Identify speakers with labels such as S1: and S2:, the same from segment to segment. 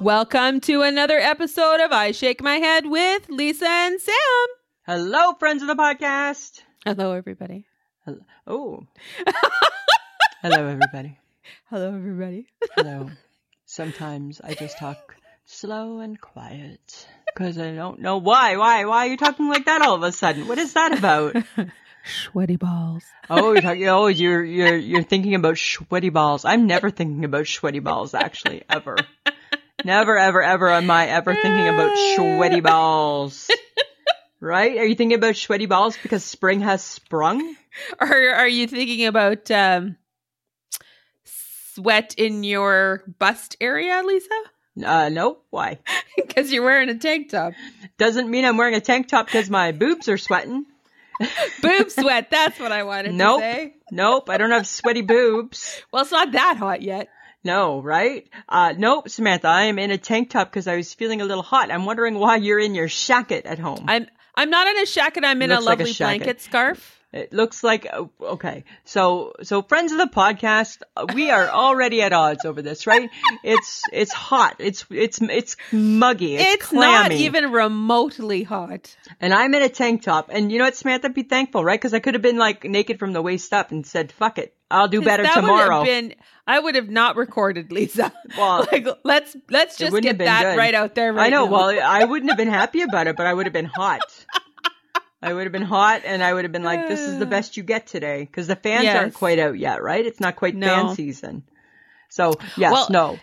S1: Welcome to another episode of I Shake My Head with Lisa and Sam.
S2: Hello, friends of the podcast.
S1: Hello, everybody.
S2: Hello. Oh. Hello, everybody.
S1: Hello, everybody.
S2: Hello. Sometimes I just talk slow and quiet because I don't know why. Why? Why are you talking like that all of a sudden? What is that about?
S1: Sweaty balls.
S2: Oh, you're talking. Oh, you're you're you're thinking about sweaty balls. I'm never thinking about sweaty balls, actually, ever. Never, ever, ever am I ever thinking about sweaty balls. Right? Are you thinking about sweaty balls because spring has sprung?
S1: Or are you thinking about um, sweat in your bust area, Lisa?
S2: Uh, no. Why?
S1: Because you're wearing a tank top.
S2: Doesn't mean I'm wearing a tank top because my boobs are sweating.
S1: Boob sweat. That's what I wanted
S2: Nope.
S1: to say.
S2: Nope. I don't have sweaty boobs.
S1: Well, it's not that hot yet.
S2: No, right? Uh, nope, Samantha. I am in a tank top because I was feeling a little hot. I'm wondering why you're in your shacket at home.
S1: I'm I'm not in a shacket. I'm in a
S2: Looks like a
S1: lovely
S2: shacket.
S1: blanket scarf.
S2: It looks like oh, okay. So so friends of the podcast, we are already at odds over this, right? It's it's hot. It's it's it's muggy. It's,
S1: It's
S2: clammy.
S1: not even remotely hot.
S2: And I'm in a tank top. And you know what, Samantha? Be thankful, right? Because I could have been like naked from the waist up and said, "Fuck it, I'll do
S1: 'Cause
S2: better
S1: that
S2: tomorrow."
S1: Would have been, I would have not recorded Lisa.
S2: Well,
S1: like let's let's just
S2: wouldn't have
S1: get
S2: been
S1: that
S2: good.
S1: right out there. Right
S2: I know.
S1: now.
S2: Well, I wouldn't have been happy about it, but I would have been hot. I would have been hot, and I would have been like, "This is the best you get today," because the fans
S1: Yes.
S2: aren't quite out yet, right? It's not quite
S1: No.
S2: fan season. So yes,
S1: Well,
S2: no.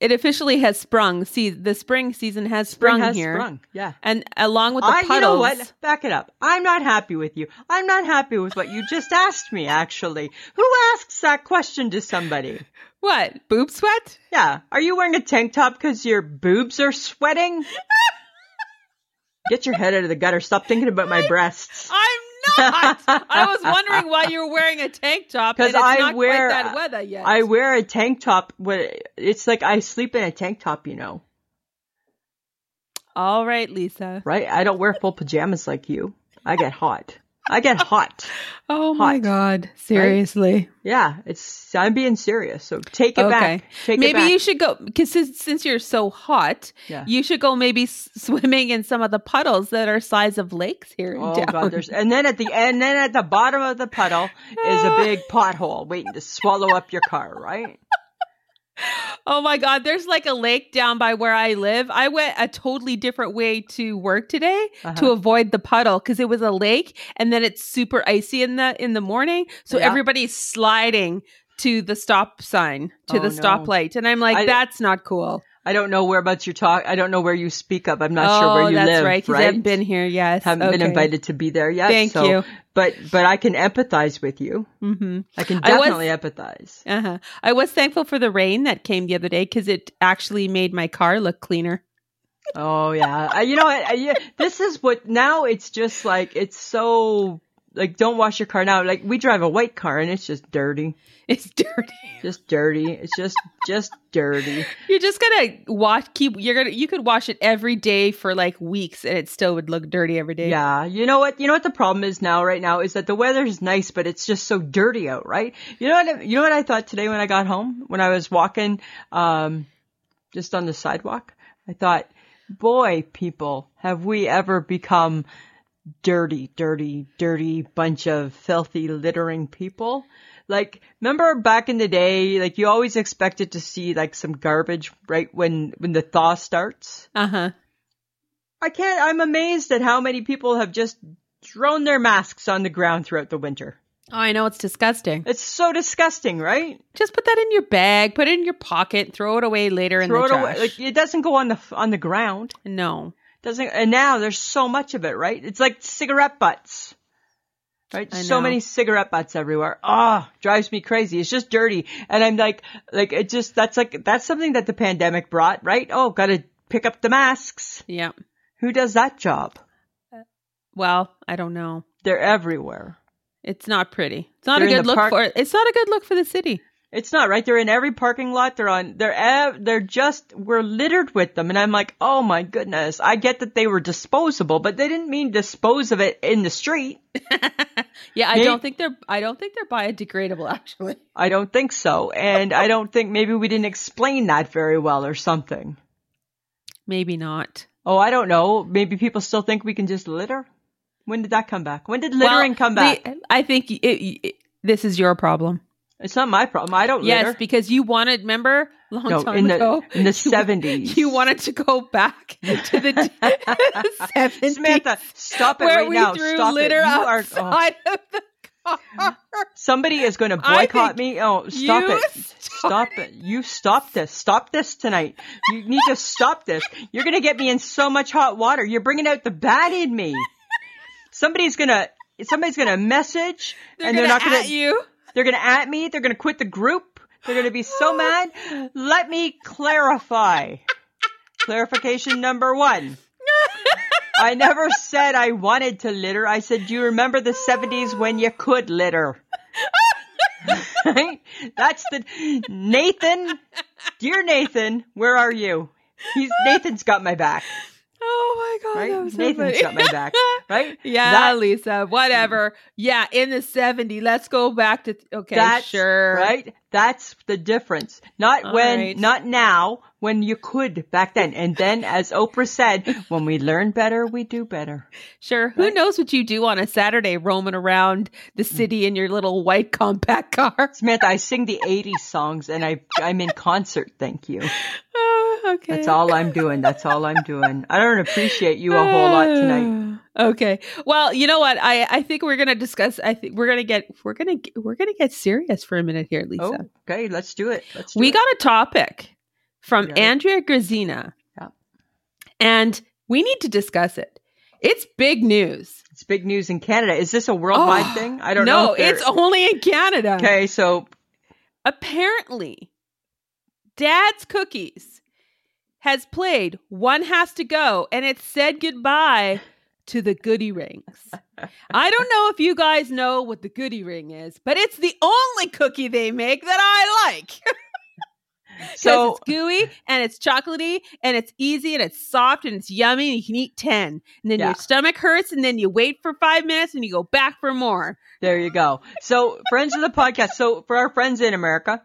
S1: it officially has sprung. See, the spring season has sprung
S2: Spring has
S1: here,
S2: sprung. Yeah.
S1: and along with the
S2: I,
S1: puddles,
S2: you know what? Back it up. I'm not happy with you. I'm not happy with what you just asked me, actually. Who asks that question to somebody?
S1: What? boob sweat?
S2: Yeah. Are you wearing a tank top because your boobs are sweating? Get your head out of the gutter. Stop thinking about my breasts.
S1: I'm not. I was wondering why you're wearing a tank top and
S2: 'Cause
S1: it's
S2: I
S1: not
S2: wear-
S1: quite that weather yet.
S2: I wear a tank top. When, it's like I sleep in a tank top, you know,
S1: All right, Lisa.
S2: right? I don't wear full pajamas like you. I get hot. I get hot.
S1: Oh my
S2: Hot.
S1: God! Seriously.
S2: Yeah, it's. I'm being serious. So take it back. Take
S1: maybe
S2: it back.
S1: you should go because since, since you're so hot,
S2: Yeah.
S1: you should go maybe s- swimming in some of the puddles that are size of lakes here in
S2: Oh
S1: town.
S2: god, there's and then at the and then at the bottom of the puddle is a big pothole waiting to swallow up your car, right?
S1: Oh my god, there's like a lake down by where I live. I went a totally different way to work today to
S2: Uh-huh.
S1: avoid the puddle because it was a lake, and then it's super icy in the in the morning, so
S2: Yeah.
S1: everybody's sliding to the stop sign to
S2: Oh,
S1: the
S2: no.
S1: stoplight, and I'm like,
S2: I-
S1: that's not cool.
S2: I don't know whereabouts you talk. I don't know where you speak of. I'm not sure
S1: Oh,
S2: where you
S1: that's
S2: live.
S1: right, 'cause I haven't been here. Yes,
S2: Haven't been
S1: Okay.
S2: invited to be there yet.
S1: Thank
S2: so-
S1: you.
S2: But but I can empathize with you.
S1: hmm
S2: I can
S1: I was-
S2: definitely empathize.
S1: Uh-huh. I was thankful for the rain that came the other day because it actually made my car look cleaner.
S2: Oh yeah. I, you know what? I, yeah, this is what now. It's just like it's so like don't wash your car now. Like we drive a white car and it's just dirty,
S1: It's dirty.
S2: just dirty. It's just just dirty.
S1: You're just gonna wash. Keep. You're gonna. You could wash it every day for like weeks, and it still would look dirty every day.
S2: Yeah, you know what? You know what the problem is now, right now, is that the weather's nice, but it's just so dirty out, right? You know what? I, you know what I thought today when I got home, when I was walking, um, just on the sidewalk, I thought, boy, people, have we ever become dirty, dirty, dirty bunch of filthy, littering people? Like, remember back in the day, like you always expected to see like some garbage right when when the thaw starts.
S1: Uh huh.
S2: I can't. I'm amazed at how many people have just thrown their masks on the ground throughout the winter.
S1: Oh, I know it's disgusting.
S2: It's so disgusting, right?
S1: Just put that in your bag. Put it in your pocket. Throw it away later in
S2: Throw
S1: the
S2: it
S1: trash.
S2: away. Like it doesn't go on the on the ground.
S1: no.
S2: Doesn't. And now there's so much of it, right? It's like cigarette butts. Right,
S1: I
S2: so
S1: know.
S2: many cigarette butts everywhere. Ah, drives me crazy. It's just dirty, and I'm like, like it just that's like that's something that the pandemic brought, right? Oh, gotta pick up the masks.
S1: Yeah.
S2: Who does that job?
S1: Well, I don't know.
S2: They're everywhere.
S1: It's not pretty. It's not
S2: They're
S1: a
S2: in
S1: good
S2: the
S1: look
S2: park-
S1: for. It's not a good look for the city.
S2: It's not right. They're in every parking lot. They're on. They're ev- they're just we're littered with them, and I'm like, oh my goodness. I get that they were disposable, but they didn't mean dispose of it in the street.
S1: yeah, I
S2: Maybe-
S1: don't think they're I don't think they're biodegradable actually.
S2: I don't think so, and I don't think maybe we didn't explain that very well or something.
S1: Maybe not.
S2: Oh, I don't know. Maybe people still think we can just litter. When did that come back? When did littering
S1: Well,
S2: come back?
S1: the- I think it, it- this is your problem.
S2: it's not my problem. I don't
S1: Yes,
S2: litter.
S1: because you wanted remember long
S2: No,
S1: time
S2: in the
S1: ago
S2: in the
S1: you-
S2: seventies,
S1: You wanted to go back to the seventies,
S2: Samantha, stop it
S1: where
S2: right
S1: we
S2: now.
S1: threw
S2: Stop it.
S1: litter
S2: You are oh,
S1: outside of the car.
S2: somebody is going to
S1: I think
S2: boycott me. Oh, stop
S1: you
S2: it. Stop it. You stop this. Stop this tonight. You need to stop this. You're going to get me in so much hot water. You're bringing out the bad in me. Somebody's going to somebody's going to message
S1: They're
S2: and
S1: gonna
S2: they're not going
S1: at
S2: to
S1: you.
S2: They're going to at me. They're going to quit the group. They're going to be so mad. Let me clarify. Clarification number one. I never said I wanted to litter. I said, do you remember the 70s when you could litter? Right? That's the Nathan. Dear Nathan, where are you? He's Nathan's got my back,
S1: Oh my god,
S2: right?
S1: that was so
S2: Nathan's
S1: funny.
S2: got my back, right?
S1: Yeah,
S2: That-
S1: Lisa, whatever. Yeah, in the 70, let's go back to okay,
S2: That's
S1: sure.
S2: Right? That's the difference. Not
S1: All
S2: when,
S1: right.
S2: not now, when you could back then. And then, as Oprah said, when we learn better, we do better.
S1: Sure. Who
S2: Right.
S1: knows what you do on a Saturday roaming around the city in your little white compact car?
S2: Samantha, I sing the 80s songs and I, I'm in concert. Thank you.
S1: Oh, okay.
S2: That's all I'm doing. That's all I'm doing. I don't appreciate you a whole lot tonight.
S1: okay. Well, you know what? I I think we're going to discuss I think we're going to get we're going to get we're going to get serious for a minute here, Lisa.
S2: Oh, okay. Let's do it. Let's do
S1: we
S2: it.
S1: got a topic from
S2: Right.
S1: Andrea Grazina.
S2: Yeah.
S1: And we need to discuss it. It's big news.
S2: It's big news in Canada. Is this a worldwide
S1: Oh,
S2: thing? I don't
S1: no,
S2: know. if they're-
S1: it's only in Canada.
S2: okay. So
S1: Apparently, Dad's Cookies has played One Has to Go and it said goodbye to the goodie rings. I don't know if you guys know what the goodie ring is, but it's the only cookie they make that I like. So
S2: so
S1: it's gooey and it's chocolatey and it's easy and it's soft and it's yummy and you can eat 10. And then
S2: Yeah.
S1: your stomach hurts and then you wait for five minutes and you go back for more.
S2: There you go. So, friends of the podcast. So, for our friends in America,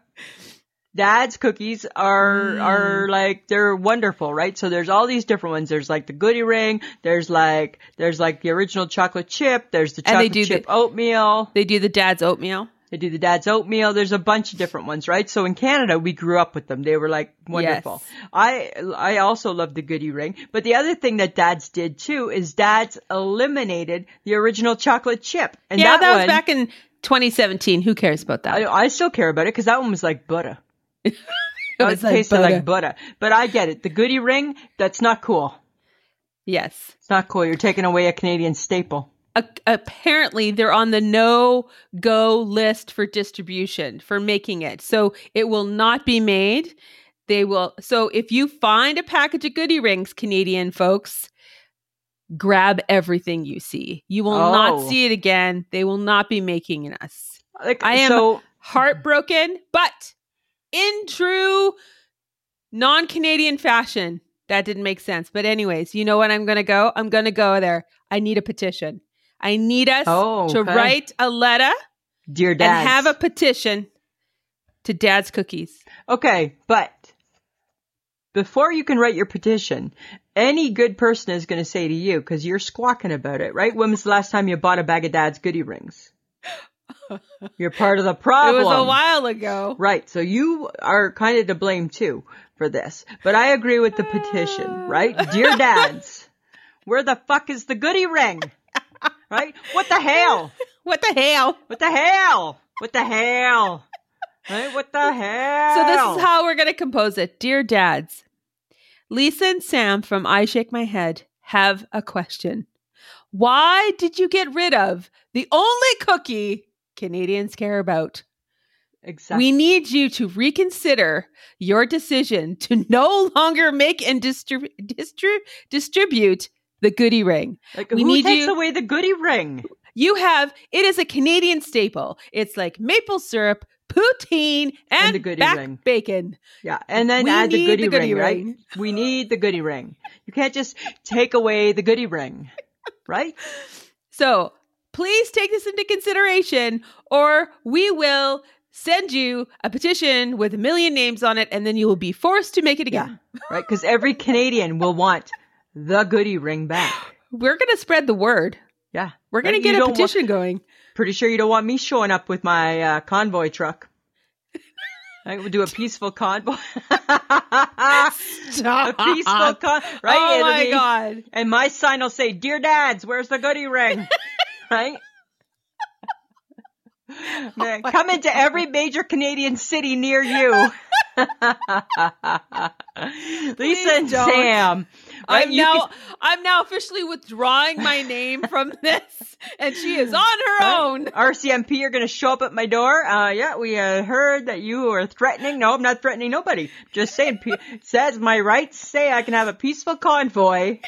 S2: Dad's cookies are
S1: Mm.
S2: are like they're wonderful, right? So there's all these different ones. There's like the Goody Ring. There's like there's like the original chocolate chip. There's the
S1: And they
S2: chocolate
S1: do
S2: chip oatmeal.
S1: They do the dad's oatmeal.
S2: They do the Dad's oatmeal. There's a bunch of different ones, right? So in Canada, we grew up with them. They were like wonderful. I I also love the Goody Ring. But the other thing that Dad's did too is Dad's eliminated the original chocolate chip. And
S1: yeah, that, was
S2: one-
S1: back in 2017. Who cares about that?
S2: I, I still care about it because that one was like butter. That
S1: was
S2: one
S1: like
S2: tasted
S1: butter.
S2: like butter. But I get it. The goody ring, that's not cool.
S1: yes.
S2: It's not cool. You're taking away a Canadian staple.
S1: A- apparently, they're on the no go list for distribution for making it. So it will not be made. They will. So if you find a package of goodie rings, Canadian folks, grab everything you see. You will
S2: Oh.
S1: not see it again. They will not be making it us.
S2: Like
S1: I am-
S2: so
S1: Heartbroken, but in true non Canadian fashion, that didn't make sense. But, anyways, you know what I'm going to go? I'm going to go there. I need a petition. I need us
S2: Oh,
S1: to
S2: okay.
S1: write a letter
S2: dear dad.
S1: and have a petition to Dad's Cookies.
S2: Okay, but before you can write your petition, any good person is going to say to you because you're squawking about it, right? When was the last time you bought a bag of dad's goody rings? You're part of the problem.
S1: It was a while ago.
S2: Right. So you are kind of to blame too for this. But I agree with the petition, right? Dear dads, where the fuck is the goody ring? Right? What the hell?
S1: What the hell?
S2: What the hell? What the hell? Right? What the hell?
S1: So this is how we're going to compose it. Dear dads, Lisa and Sam from I Shake My Head have a question. Why did you get rid of the only cookie Canadians care about?
S2: exactly.
S1: We need you to reconsider your decision to no longer make and distrib- distri- distribute the goodie ring.
S2: like,
S1: we
S2: who
S1: need
S2: takes
S1: you-
S2: away the goody ring?
S1: You have, it is a Canadian staple. It's like maple syrup, poutine, and,
S2: the goodie
S1: back
S2: ring.
S1: bacon.
S2: Yeah, and then
S1: We
S2: add the
S1: need
S2: goody,
S1: the goody
S2: ring, right?
S1: ring.
S2: We need the goody ring. You can't just take away the goody ring, right?
S1: So please take this into consideration, or we will send you a petition with a million names on it, and then you will be forced to make it again.
S2: Right? Because every Canadian will want the goody ring back.
S1: We're going to spread the word.
S2: Yeah.
S1: We're going to
S2: Right,
S1: get
S2: you
S1: a
S2: don't want-
S1: petition going.
S2: Pretty sure you don't want me showing up with my uh, convoy truck. I would do a peaceful convoy. a
S1: Stop.
S2: peaceful con, right?
S1: Oh
S2: It'll
S1: my
S2: be-
S1: God.
S2: And my sign will say, "Dear Dads, where's the goody ring?" right? Man,
S1: Oh my
S2: come into every major Canadian city near you. Lisa and
S1: don't.
S2: Sam. right?
S1: I'm
S2: You
S1: now
S2: can-
S1: I'm now officially withdrawing my name from this, and she is on her
S2: Right.
S1: own.
S2: RCMP are going to show up at my door. Uh, yeah, we uh, heard that you are threatening. No, I'm not threatening nobody. Just saying, pe- says my rights say I can have a peaceful convoy.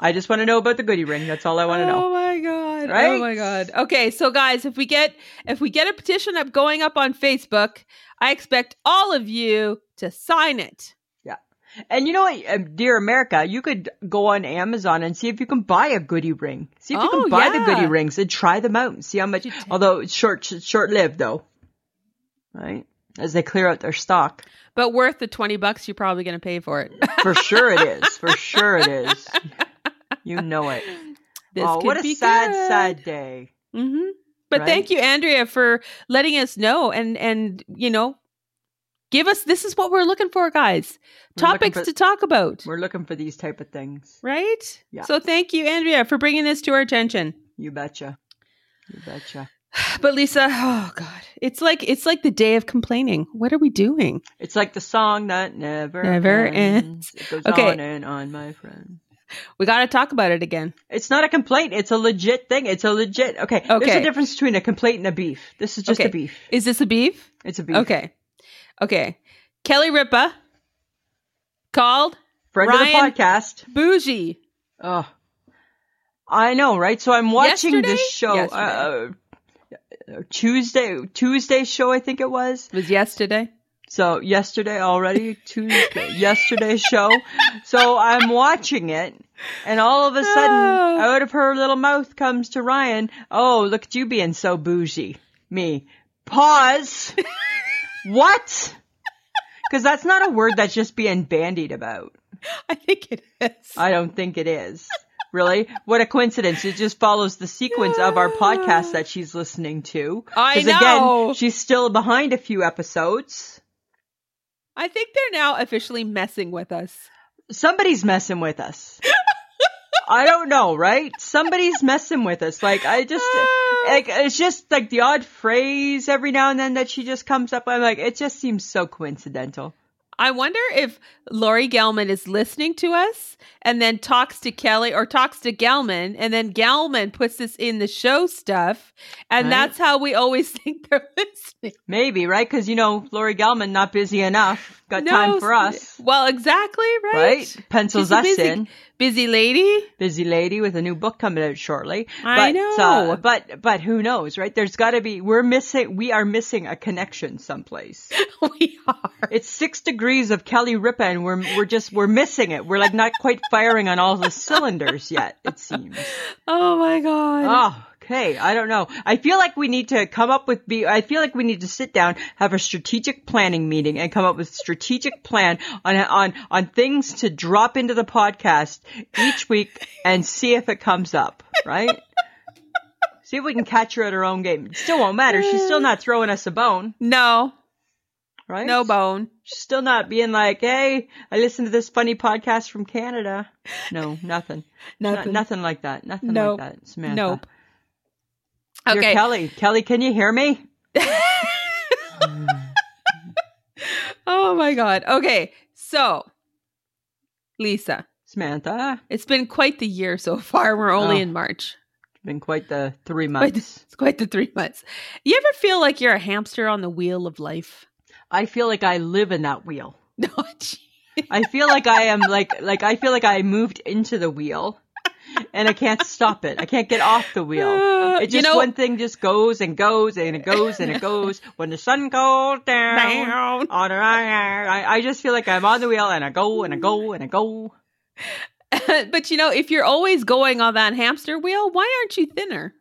S2: I just want to know about the goody ring. That's all I want to know.
S1: Oh my god! Oh
S2: Right?
S1: my god! Okay, so guys, if we get if we get a petition up going up on Facebook, I expect all of you to sign it. Oh.
S2: And you know what, uh, dear America, you could go on Amazon and see if you can buy a goody ring. See if you
S1: Oh,
S2: can buy the goody
S1: yeah.
S2: rings and try them out and see how much.
S1: You did.
S2: Although it's short, short lived though, right? As they clear out their stock,
S1: But worth the twenty bucks, you're probably going to pay for it.
S2: for sure it is. For sure it is. You know it.
S1: This
S2: oh,
S1: could
S2: what a
S1: be
S2: sad,
S1: good.
S2: sad day.
S1: hmm But
S2: Right?
S1: thank you, Andrea, for letting us know and and you know, give us this is what we're looking for, guys.
S2: We're looking
S1: Topics
S2: for-
S1: to talk about.
S2: We're looking for these type of things.
S1: Right?
S2: Yeah.
S1: So thank you, Andrea, for bringing this to our attention.
S2: You betcha. You betcha.
S1: But Lisa, oh god, it's like it's like the day of complaining. What are we doing?
S2: It's like the song that never
S1: Never
S2: ends. It goes
S1: Okay.
S2: on and on, my friend.
S1: We got to talk about it again.
S2: It's not a complaint. It's a legit thing. It's a legit. Okay. There's
S1: Okay.
S2: a difference between a complaint and a beef. This is just
S1: Okay.
S2: a beef.
S1: Is this a beef?
S2: It's a beef.
S1: Okay, okay. Kelly Ripa called
S2: Friend
S1: Ryan-
S2: of the podcast.
S1: bougie.
S2: Oh, I know, right? So I'm watching this
S1: Yesterday?
S2: show uh,
S1: Yesterday.
S2: uh, Tuesday. Tuesday show, I think it was.
S1: Was yesterday.
S2: So yesterday already, Tuesday, yesterday's show. So I'm watching it and all of a sudden
S1: Oh.
S2: out of her little mouth comes to Ryan, Oh, look at you being so bougie. Me. Pause. what? Cause that's not a word that's just being bandied about.
S1: I think it is.
S2: I don't think it is. Really? What a coincidence. It just follows the sequence of our podcast that she's listening to.
S1: I
S2: 'Cause
S1: know.
S2: again, she's still behind a few episodes.
S1: I think they're now officially messing with us.
S2: somebody's messing with us. I don't know, right? Somebody's messing with us. Like I just, like it's just like the odd phrase every now and then that she just comes up. I'm like, it just seems so coincidental.
S1: I wonder if Lori Gelman is listening to us and then talks to Kelly or talks to Gelman and then Gelman puts this in the show stuff. And
S2: Right.
S1: that's how we always think they're listening.
S2: Maybe, right? Because you know, Lori Gelman not busy enough. Got
S1: No,
S2: time for us,
S1: Well, exactly, right?
S2: right? Pencils
S1: She's a
S2: us
S1: busy-
S2: in.
S1: Busy lady.
S2: Busy lady with a new book coming out shortly.
S1: I
S2: but,
S1: know.
S2: Uh, but but who knows, right? There's got to be. We're missing. We are missing a connection someplace.
S1: we are.
S2: It's six degrees of Kelly Ripa, and we're we're just we're missing it. We're like not quite firing on all the cylinders yet. It seems.
S1: Oh my God.
S2: Oh, okay. I don't know. I feel like we need to come up with. Be, I feel like we need to sit down, have a strategic planning meeting, and come up with a strategic plan on on on things to drop into the podcast each week and see if it comes up. Right. See if we can catch her at her own game. It still won't matter. She's still not throwing us a bone,
S1: No,
S2: right?
S1: no bone.
S2: She's still not being like, hey, I listened to this funny podcast from Canada. No, nothing. nothing.
S1: Nothing.
S2: nothing like that. Nothing
S1: Nope.
S2: like that. Samantha.
S1: Nope.
S2: Dear
S1: Okay.
S2: Kelly. Kelly, can you hear me?
S1: oh my God. Okay. So, Lisa,
S2: Samantha.
S1: it's been quite the year so far. We're only
S2: Oh.
S1: in March.
S2: Been quite the three
S1: Quite the-
S2: months.
S1: It's quite the three months. You ever feel like you're a hamster on the wheel of life?
S2: I feel like I live in that wheel.
S1: No, gee.
S2: I feel like I am like like I feel like I moved into the wheel. and I can't stop it. I can't get off the wheel.
S1: Uh,
S2: It just
S1: you know,
S2: one thing just goes and goes and it goes and it goes. When the sun goes down,
S1: down.
S2: on and on, I, I just feel like I'm on the wheel and I go and I go and I go.
S1: but you know, if you're always going on that hamster wheel, why aren't you thinner?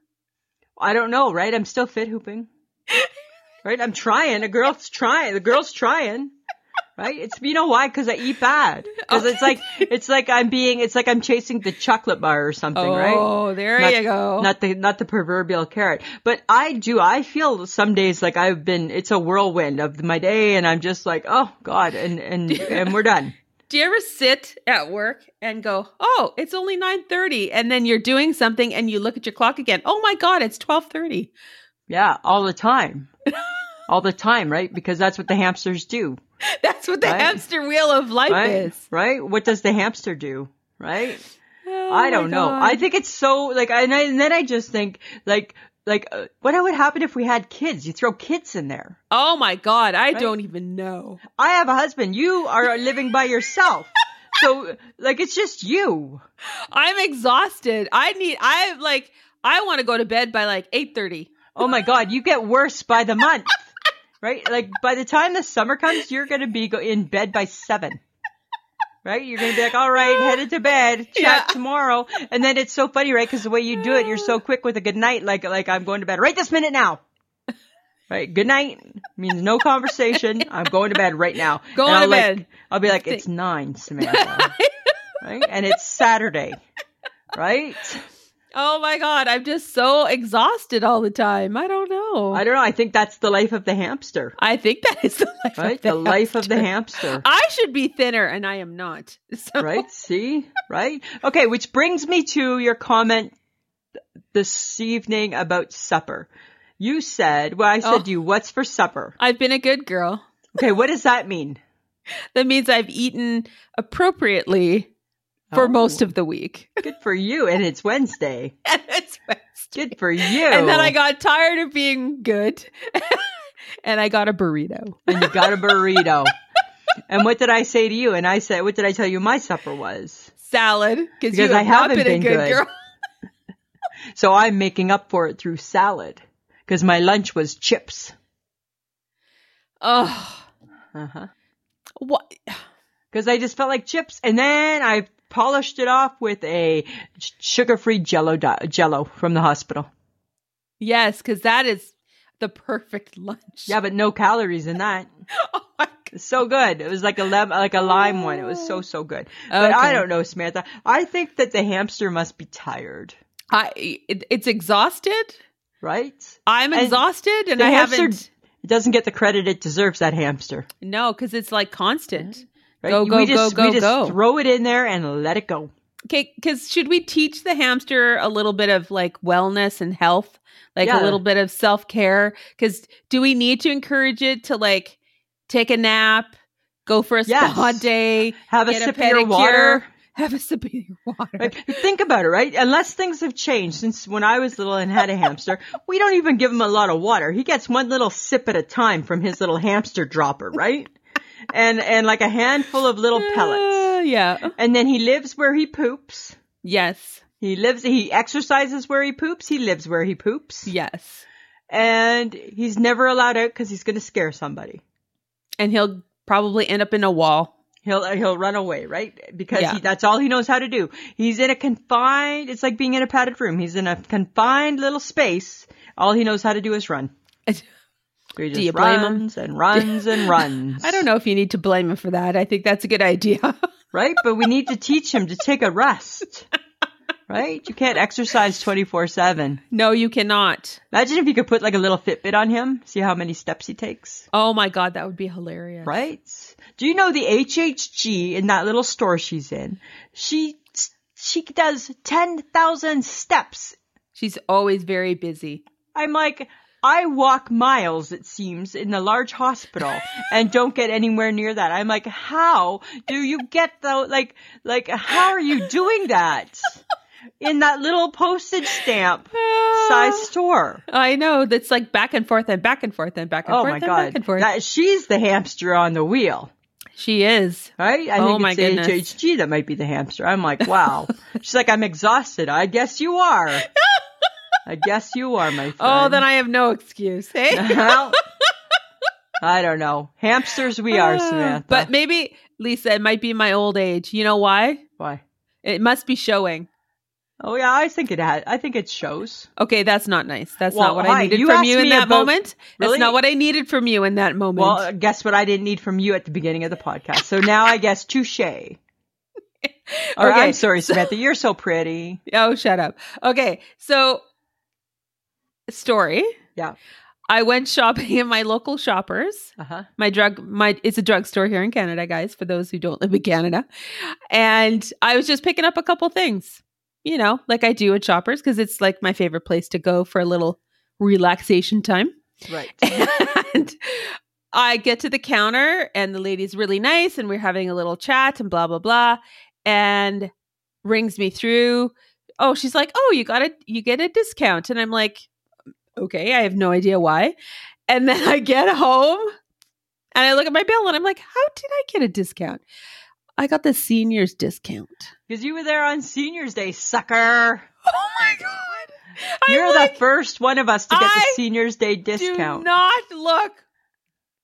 S2: I don't know, right? I'm still fit hooping. right? I'm trying. A girl's trying. The girl's trying. Right? It's you know why? Because I eat bad. Because it's like it's like I'm being it's like I'm chasing the chocolate bar or something, right?
S1: Oh, there
S2: Not-
S1: you go.
S2: Not the not the proverbial carrot. But I do. I feel some days like I've been it's a whirlwind of my day and I'm just like, oh God, and and and we're done.
S1: Do you ever sit at work and go, "Oh, it's only 9:30," and then you're doing something and you look at your clock again. "Oh my god, it's 12:30."
S2: Yeah, all the time. All the time, right? Because that's what the hamsters do.
S1: That's what the
S2: Right.
S1: hamster wheel of life
S2: Right?
S1: is.
S2: Right? What does the hamster do? Right?
S1: Oh my
S2: I don't know.
S1: God.
S2: I think it's so like, and, I, and then I just think like, like uh, what would happen if we had kids? You throw kids in there.
S1: Oh my god, I don't even know.
S2: I have a husband. You are living by yourself. So like, it's just you.
S1: I'm exhausted. I need I like I want to go to bed by like 8:30.
S2: Oh my God. You get worse by the month, right? Like by the time the summer comes, you're going to be go- in bed by seven. Right? You're going to be like, all right, headed to bed, chat
S1: Yeah.
S2: tomorrow. And then it's so funny, right? Cause the way you do it, you're so quick with a good night. Like, like I'm going to bed right this minute now. Right? Good night means no conversation. I'm going to bed right now.
S1: Go on
S2: And I'll
S1: to
S2: like-
S1: bed.
S2: I'll be like, it's nine, Samantha. right? And it's Saturday. Right?
S1: Oh my god, I'm just so exhausted all the time. I don't know.
S2: I
S1: I,
S2: don't know. I think that's the life of the hamster.
S1: think that is the life
S2: Right?
S1: of the,
S2: The life of the
S1: hamster.
S2: hamster.
S1: I should be thinner and I am not. So
S2: right? See? Right? Okay, which brings me to your comment th- this evening about supper. You said, well, I said
S1: Oh.
S2: to you, what's for supper?
S1: I've been a good girl.
S2: Okay, what does that mean?
S1: That means I've eaten appropriately for
S2: Oh,
S1: most of the week.
S2: Good for you. And it's Wednesday.
S1: and it's Wednesday.
S2: Good for you.
S1: And then I got tired of being good. and I got a burrito.
S2: And you got a burrito. and what did I say to you? And I said, what did I tell you my supper was?
S1: Salad. Because you
S2: Because
S1: have
S2: I
S1: not
S2: haven't
S1: been, a
S2: been
S1: good,
S2: good.
S1: girl.
S2: So I'm making up for it through salad. Because my lunch was chips.
S1: Oh,
S2: Uh-huh.
S1: what?
S2: because I just felt like chips. And then I polished it off with a sh- sugar-free Jello di- Jello from the hospital.
S1: Yes, because that is the perfect lunch.
S2: Yeah, but no calories in that.
S1: oh my God.
S2: It's so good. It was like a lem- like a lime one. It was so so good. But I
S1: Okay.
S2: don't know, Samantha. I think that the hamster must be tired,
S1: I, it, it's exhausted.
S2: right?
S1: I'm
S2: And
S1: exhausted and
S2: the
S1: I
S2: hamster-
S1: haven't.
S2: It doesn't get the credit it deserves. That hamster.
S1: No, because it's like constant.
S2: Right?
S1: Go, go,
S2: we just,
S1: go,
S2: we
S1: go,
S2: just
S1: go.
S2: Throw it in there and let it go.
S1: Okay, because should we teach the hamster a little bit of like wellness and health, like
S2: Yeah.
S1: a little bit of self care? Because do we need to encourage it to like take a nap, go for a spa
S2: Yes.
S1: day,
S2: Have a
S1: Get a
S2: sip of your
S1: pedicure.
S2: water.
S1: have a sip of your water?
S2: Right? Think about it, right? Unless things have changed since when I was little and had a hamster, we don't even give him a lot of water. He gets one little sip at a time from his little hamster dropper, right? And and like a handful of little pellets.
S1: Uh, yeah.
S2: And then he lives where he poops.
S1: Yes.
S2: He lives he exercises where he poops. He lives where he poops.
S1: Yes.
S2: And he's never allowed out cuz he's going to scare somebody.
S1: And he'll probably end up in a wall.
S2: He'll uh, he'll run away, right? Because
S1: Yeah.
S2: he, that's all he knows how to do. He's in a confined. It's like being in a padded room. He's in a confined little space. All he knows how to do is run. So He just
S1: you blame him?
S2: runs and runs and runs.
S1: I don't know if you need to blame him for that. I think that's a good idea.
S2: right? But we need to teach him to take a rest, right? You can't exercise twenty four seven.
S1: no, you cannot.
S2: Imagine if you could put like a little Fitbit on him, see how many steps he takes,
S1: Oh my God, that would be hilarious.
S2: right? Do you know the HHG in that little store she's in? She she does ten thousand steps
S1: She's always very busy.
S2: I'm like, I walk miles, it seems, in the large hospital and don't get anywhere near that. I'm like, how do you get though? Like, like, how are you doing that in that little postage stamp size store?
S1: I know. That's like back and forth and back and forth and back and
S2: Oh
S1: forth
S2: my
S1: and
S2: God.
S1: back and forth.
S2: That, she's the hamster on the wheel.
S1: She is.
S2: Right? I
S1: Oh
S2: think
S1: my
S2: it's
S1: goodness.
S2: the HHG that might be the hamster. I'm like, wow. She's like, I'm exhausted. I guess you are. I guess you are, my friend.
S1: Oh, then I have no excuse. eh? Hey.
S2: Well, Uh-huh. I don't know. Hamsters we are,
S1: Ah,
S2: Samantha.
S1: But maybe Lisa, it might be my old age. You know why?
S2: why?
S1: It must be showing.
S2: Oh yeah, I think it had. I think it shows.
S1: Okay, that's not nice. That's
S2: Well,
S1: not what
S2: hi,
S1: I needed
S2: you
S1: from
S2: asked
S1: you in
S2: me
S1: that
S2: about-
S1: moment.
S2: Really?
S1: That's not what I needed from you in that moment.
S2: Well, guess what I didn't need from you at the beginning of the podcast. So now I guess touche. Or
S1: Okay,
S2: I'm sorry, Samantha. You're so pretty.
S1: Oh, shut up. Okay, so story.
S2: Yeah.
S1: I went shopping in my local shoppers.
S2: Uh huh.
S1: My drug my it's a drugstore here in Canada, guys, for those who don't live in Canada. And I was just picking up a couple things. You know, like I do at shoppers because it's like my favorite place to go for a little relaxation time.
S2: Right.
S1: and I get to the counter, and the lady's really nice, and we're having a little chat and blah blah blah, and rings me through. Oh, she's like, "Oh, you got a you get a discount," and I'm like, "Okay, I have no idea why." And then I get home, and I look at my bill, and I'm like, "How did I get a discount?" I got the seniors discount.
S2: Because you were there on Seniors Day, sucker.
S1: Oh my god! I'm
S2: You're
S1: like,
S2: the first one of us to get
S1: I
S2: the Seniors Day discount.
S1: Do not look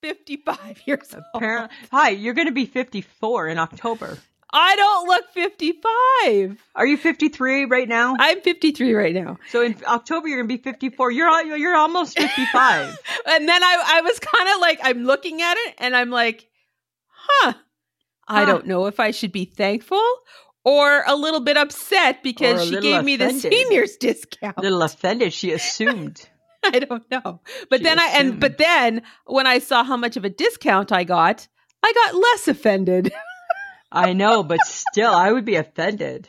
S1: 55 years old.
S2: Appar- Hi, you're going to be 54 in October.
S1: I don't look 55.
S2: Are you 53 right now?
S1: I'm 53 right now.
S2: So in October you're going to be 54. You're al- you're almost 55.
S1: And then I, I was kind of like, I'm looking at it and I'm like, huh, I
S2: Huh.
S1: don't know if I should be thankful or a little bit upset
S2: Or a
S1: because she
S2: little
S1: gave me the
S2: offended.
S1: seniors discount.
S2: A little offended. She assumed.
S1: I don't know. But
S2: She
S1: then I, and,
S2: assumed.
S1: but then when I saw how much of a discount I got, I got less offended.
S2: I know, but still, I would be offended.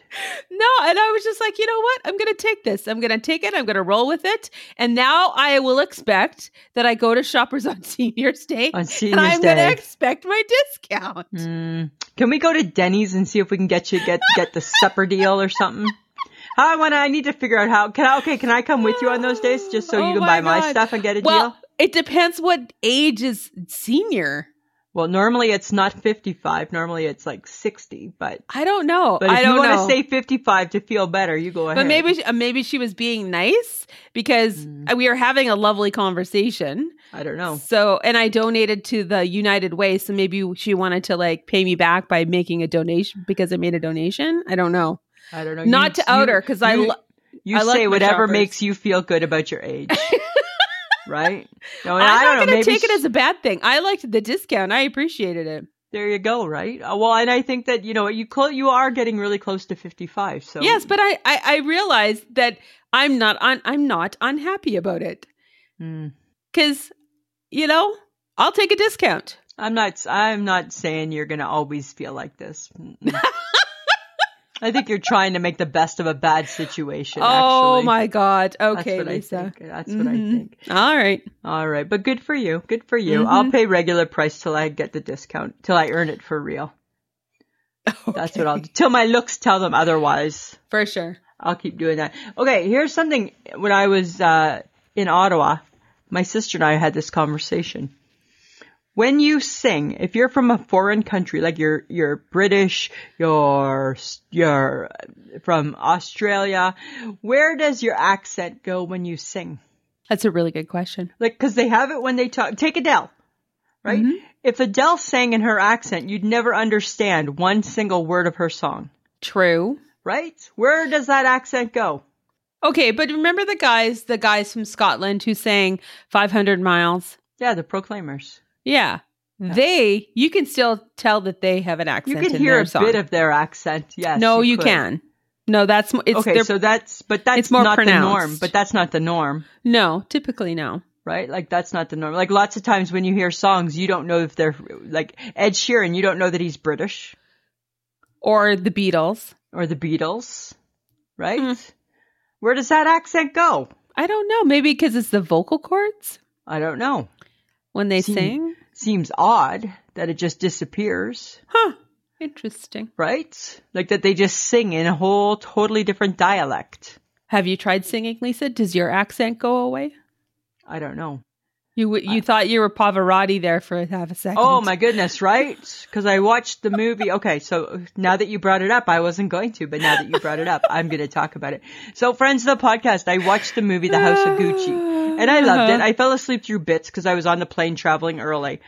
S1: No, and I was just like, you know what? I'm going to take this. I'm going to take it. I'm going to roll with it. And now I will expect that I go to Shoppers on Seniors Day
S2: On Seniors
S1: and I'm going to
S2: Day.
S1: expect my discount.
S2: Mm. Can we go to Denny's and see if we can get you get get the supper deal or something? I want. to I need to figure out how. Can I? Okay, can I come with you on those days just so
S1: Oh
S2: you can
S1: my
S2: buy my
S1: God.
S2: stuff and get a
S1: Well,
S2: deal?
S1: it depends what age is senior.
S2: Well, normally it's not fifty-five. Normally it's like sixty. But
S1: I don't know.
S2: but if
S1: I don't
S2: you want
S1: know.
S2: to say fifty-five to feel better, you go ahead.
S1: but maybe she, uh, maybe she was being nice because
S2: Mm. Oh.
S1: uh, we were having a lovely conversation.
S2: I don't know.
S1: So, and I donated to the United Way, so maybe she wanted to like pay me back by making a donation because I made a donation. I don't know.
S2: I don't know.
S1: Not to out her, 'cause I
S2: you,
S1: lo-
S2: you
S1: I like
S2: say
S1: my
S2: whatever
S1: shoppers.
S2: makes you feel good about your age, right? No, and
S1: I'm not
S2: I don't know.
S1: going to
S2: Maybe
S1: take it
S2: she-
S1: as a bad thing. I liked the discount. I appreciated it.
S2: there you go, right? Uh, Well, and I think that you know you clo- you are getting really close to fifty five. So
S1: Yes, but I, I I realized that I'm not un, I'm not unhappy about it
S2: Mm.
S1: because you know I'll take a discount.
S2: I'm not. I'm not saying you're going to always feel like this. Mm-mm. I think you're trying to make the best of a bad situation.
S1: Oh
S2: actually.
S1: my god.
S2: That's
S1: Okay,
S2: what I
S1: Lisa.
S2: think. That's what I
S1: Mhm.
S2: think.
S1: All right.
S2: All right, but good for you. Good for you. I'll pay regular price till I get the discount, till I earn it for real. That's what I'll do. Till my looks tell them otherwise.
S1: for sure.
S2: I'll keep doing that. Okay, here's something. When I was uh, in Ottawa, my sister and I had this conversation. When you sing, if you're from a foreign country, like you're you're British, you're you're from Australia, where does your accent go when you sing?
S1: That's a really good question.
S2: Like, because they have it when they talk. Take Adele, right?
S1: Mm-hmm.
S2: If Adele sang in her accent, you'd never understand one single word of her song,
S1: True.
S2: right? Where does that accent go?
S1: Okay, but remember the guys, the guys from Scotland who sang 500 miles?
S2: Yeah, the Proclaimers.
S1: Yeah. They, you can still tell that they have an
S2: You
S1: accent.
S2: can
S1: in
S2: hear
S1: their
S2: a
S1: song.
S2: bit of their accent. Yes.
S1: No, you,
S2: could.
S1: can. No, that's m- it's
S2: okay,
S1: they're-
S2: so that's but that's
S1: it's more
S2: not the norm.
S1: pronounced.
S2: But that's not the norm,
S1: no. Typically, no.
S2: right? Like that's not the norm. Like lots of times when you hear songs, you don't know if they're like Ed Sheeran. You don't know that he's British
S1: Or the Beatles.
S2: or the Beatles, right?
S1: Hmm.
S2: Where does that accent go?
S1: I don't know. Maybe because it's the vocal cords
S2: I don't know.
S1: when they
S2: See.
S1: sing.
S2: Seems odd that it just disappears,
S1: Huh. Interesting.
S2: right? Like that they just sing in a whole totally different dialect.
S1: Have you tried singing, Lisa? Does your accent go away?
S2: I don't know.
S1: You w- you thought you were Pavarotti there for half a second.
S2: Uh, Oh my goodness, right? Because I watched the movie. Okay, so now that you brought it up, I wasn't going to, but now that you brought it up, I'm going to talk about it. So, friends of the podcast, I watched the movie The House of Gucci, and I loved it. I fell asleep through bits because I was on the plane traveling early.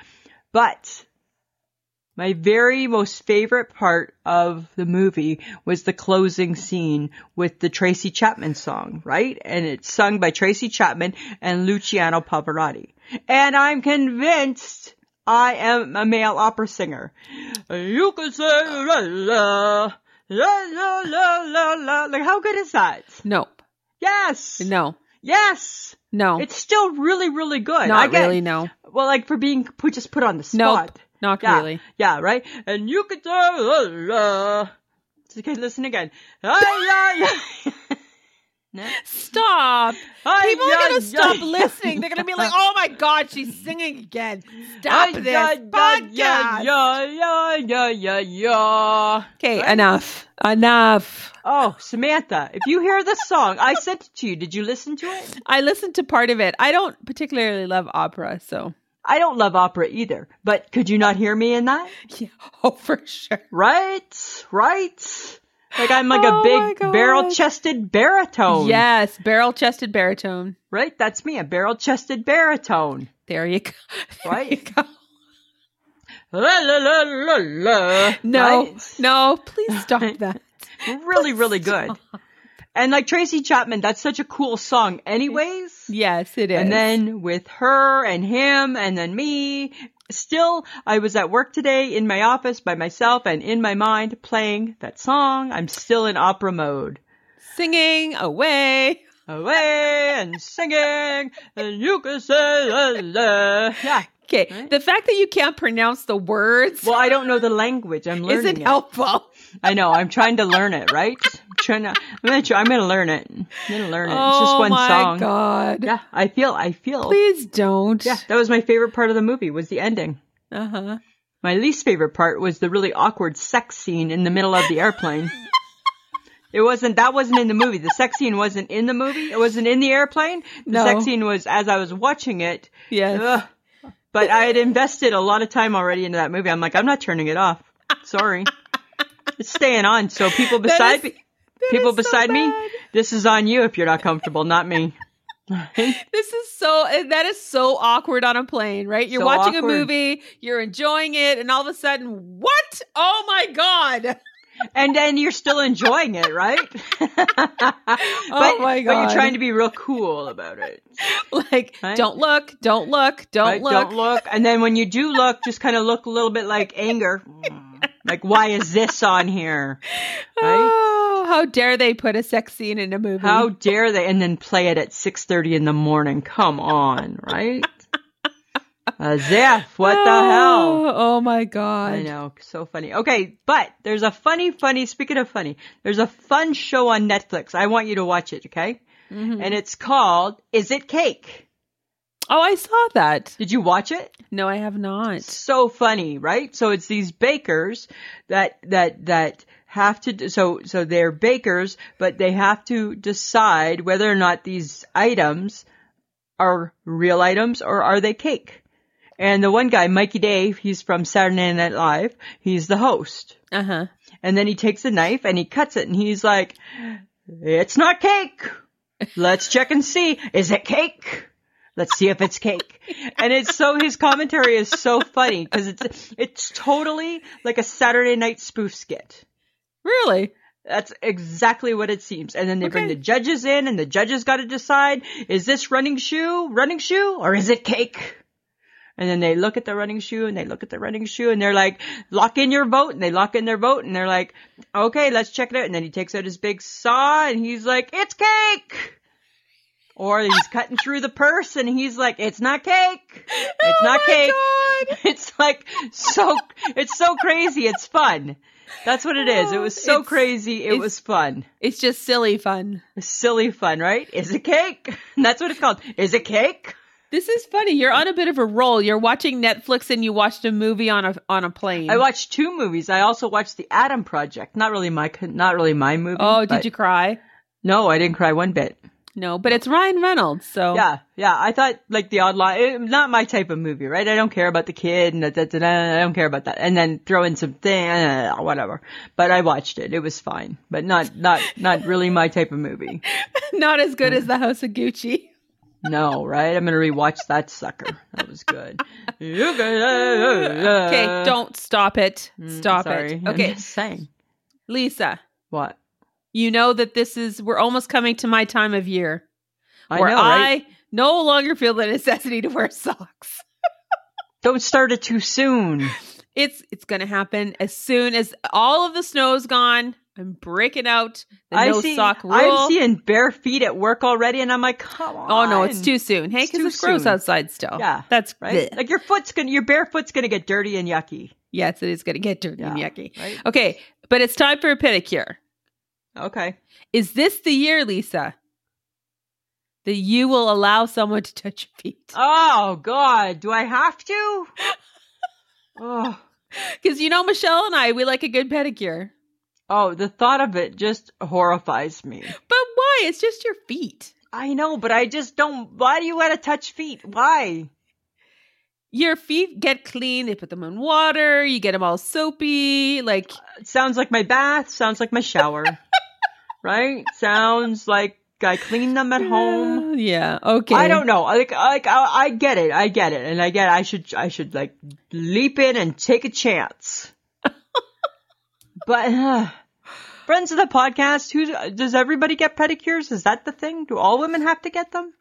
S2: But my very most favorite part of the movie was the closing scene with the Tracy Chapman song, right? And it's sung by Tracy Chapman and Luciano Pavarotti. And I'm convinced I am a male opera singer. You can say la la la la la la la. Like how good is that?
S1: Nope.
S2: Yes.
S1: No.
S2: Yes.
S1: No.
S2: It's still really, really good.
S1: not
S2: I get,
S1: really. No.
S2: Well, like for being put just put on the spot.
S1: Nope. Not
S2: Yeah,
S1: really.
S2: yeah, right. And you could tell. La, la. Okay, listen again. Ay, ay, ay. No?
S1: Stop.
S2: Ay,
S1: People are
S2: ay,
S1: gonna
S2: ay.
S1: stop listening. They're gonna be like, "Oh my god, she's singing again." Stop
S2: Ay,
S1: this
S2: ay, ay,
S1: podcast.
S2: ay, ay, ay, ay, ay.
S1: Okay, enough. Enough.
S2: Oh, Samantha, if you hear this song, I sent it to you. Did you listen to it?
S1: I listened to part of it. I don't particularly love opera, so
S2: I don't love opera either, but could you not hear me in that?
S1: yeah. Oh, for sure.
S2: Right, right. Like I'm like
S1: Oh, my
S2: a
S1: God.
S2: big barrel-chested baritone.
S1: Yes, barrel-chested baritone.
S2: right. That's me, a barrel-chested baritone.
S1: There you go. There
S2: Right.
S1: you go.
S2: La la la la la.
S1: No,
S2: Right?
S1: no, please stop that.
S2: really, really good. And like Tracy Chapman, that's such a cool song, anyways.
S1: Yes, it is.
S2: And then with her and him and then me. Still, I was at work today in my office by myself and in my mind playing that song. I'm still in opera mode.
S1: singing away.
S2: Away and singing, and you can say la la. Yeah.
S1: Okay,
S2: Right.
S1: the fact that you can't pronounce the words
S2: Well, I don't know the language. I'm learning
S1: isn't
S2: it.
S1: helpful.
S2: I know. I'm trying to learn it, right? I'm trying to. I'm gonna, try- I'm gonna learn it. I'm gonna learn it. it's just
S1: oh
S2: one
S1: my
S2: song.
S1: god!
S2: Yeah, I feel. I feel.
S1: Please don't.
S2: Yeah, that was my favorite part of the movie was the ending.
S1: Uh huh.
S2: My least favorite part was the really awkward sex scene in the middle of the airplane. it wasn't. That wasn't in the movie. The sex scene wasn't in the movie. It wasn't in the airplane. The
S1: No.
S2: sex scene was as I was watching it.
S1: Yes.
S2: Ugh. But I had invested a lot of time already into that movie. I'm like, I'm not turning it off. Sorry. It's staying on. So people
S1: That
S2: beside
S1: is-
S2: me,
S1: That
S2: people
S1: is so
S2: beside me,
S1: bad.
S2: this is on you if you're not comfortable, not me.
S1: This is so eh, that is so awkward on a plane, right? You're
S2: So
S1: watching
S2: awkward.
S1: a movie, you're enjoying it, and all of a sudden, what? Oh my god!
S2: and then you're still enjoying it, right?
S1: Oh
S2: But-
S1: my
S2: But
S1: God.
S2: you're trying to be real cool about it.
S1: Like,
S2: Right.
S1: don't look, don't look, don't
S2: Right?
S1: look.
S2: Don't look. And then when you do look, just kind of look a little bit like anger. Like, why is this on here? Right?
S1: Oh, how dare they put a sex scene in a movie?
S2: How dare they? And then play it at 6.30 in the morning. Come on, right? As if. What the hell?
S1: Oh, Oh my god!
S2: I know, so funny. Okay, but there's a funny, funny. Speaking of funny, there's a fun show on Netflix. I want you to watch it, okay?
S1: Mhm.
S2: And it's called "Is It Cake?"
S1: Oh, I saw that.
S2: Did you watch it?
S1: No, I have not.
S2: So funny, right? So it's these bakers that that that have to d- so so they're bakers, but they have to decide whether or not these items are real items or are they cake. And the one guy, Mikey Dave, he's from Saturday Night Live. He's the host.
S1: Uh huh.
S2: Uh-huh. And then he takes a knife and he cuts it and he's like, it's not cake. Let's check and see. Is it cake? Let's see if it's cake. And it's so, his commentary is so funny because it's, it's totally like a Saturday night spoof skit.
S1: Really?
S2: That's exactly what it seems. And then they bring
S1: Okay.
S2: the judges in and the judges got to decide, is this running shoe, running shoe, or is it cake? And then they look at the running shoe and they look at the running shoe and they're like, lock in your vote. And they lock in their vote and they're like, okay, let's check it out. And then he takes out his big saw and he's like, it's cake. Or he's cutting through the purse and he's like, it's not cake. It's
S1: Oh
S2: not cake. It's like so, it's so crazy. It's fun. That's what it is. It was so
S1: It's-
S2: crazy. It
S1: it's-
S2: was fun.
S1: It's just silly fun.
S2: Silly fun, right? Is it cake? And that's what it's called. Is it cake?
S1: This is funny. You're on a bit of a roll. You're watching Netflix and you watched a movie on a on a plane.
S2: I watched two movies. I also watched The Adam Project. Not really my, not really my movie.
S1: Oh, did
S2: Mm, but-
S1: you cry?
S2: No, I didn't cry one bit.
S1: No, but it's Ryan Reynolds, so
S2: Yeah, yeah. I thought like the odd lot, it, not my type of movie, right? I don't care about the kid and da, da, da, da, I don't care about that. And then throw in some thing, uh, whatever. But I watched it. It was fine, but not not not really my type of movie.
S1: not as
S2: Mm.
S1: good as the House of Gucci.
S2: No, right? I'm gonna rewatch that sucker. That was good.
S1: Okay,
S2: okay,
S1: don't stop it. Stop
S2: Uh, Hmm, mm, sorry.
S1: it.
S2: I'm
S1: Okay,
S2: just saying
S1: Lisa,
S2: what?
S1: you know that this is we're almost coming to my time of year
S2: I
S1: where
S2: know, right?
S1: I no longer feel the necessity to wear socks.
S2: Don't start it too soon.
S1: It's it's going to happen as soon as all of the snow's gone. I'm breaking out the
S2: I
S1: no
S2: see.
S1: sock rule.
S2: I'm seeing bare feet at work already, and I'm like, come on.
S1: oh no, it's too soon. Hey,
S2: It's
S1: because
S2: too
S1: it's gross
S2: soon.
S1: outside still.
S2: Yeah,
S1: that's
S2: right.
S1: right.
S2: Like your foot's gonna, your bare foot's gonna get dirty and yucky,
S1: yes, it is going to get dirty and
S2: Yeah.
S1: yucky.
S2: right?
S1: Okay, but it's time for a pedicure.
S2: Okay.
S1: Is this the year, Lisa, that you will allow someone to touch your feet?
S2: Oh God, do I have to? Oh,
S1: Because you know, Michelle and I, we like a good pedicure.
S2: oh, the thought of it just horrifies me.
S1: But why? It's just your feet.
S2: I know, but I just don't. Why do you gotta touch feet? Why?
S1: Your feet get clean. They put them in water. You get them all soapy. Like
S2: It sounds like my bath. Sounds like my shower. right? Sounds like I clean them at home.
S1: uh, Yeah. Okay.
S2: I don't know. Like, like I, I get it. I get it. And I get. I should. I should like leap in and take a chance. but uh, friends of the podcast, who does everybody get pedicures? Is that the thing? Do all women have to get them?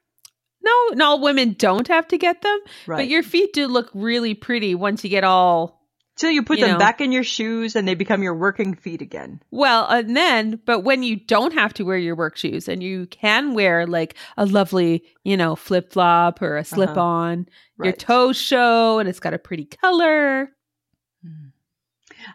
S1: No, no, all women don't have to get them, but
S2: Right.
S1: your feet do look really pretty once you get all
S2: Till you put
S1: you
S2: them
S1: know.
S2: back in your shoes and they become your working feet again.
S1: well. And then, but when you don't have to wear your work shoes and you can wear like a lovely, you know, flip flop or a slip on, your
S2: Uh-huh. Right.
S1: toes show and it's got a pretty color.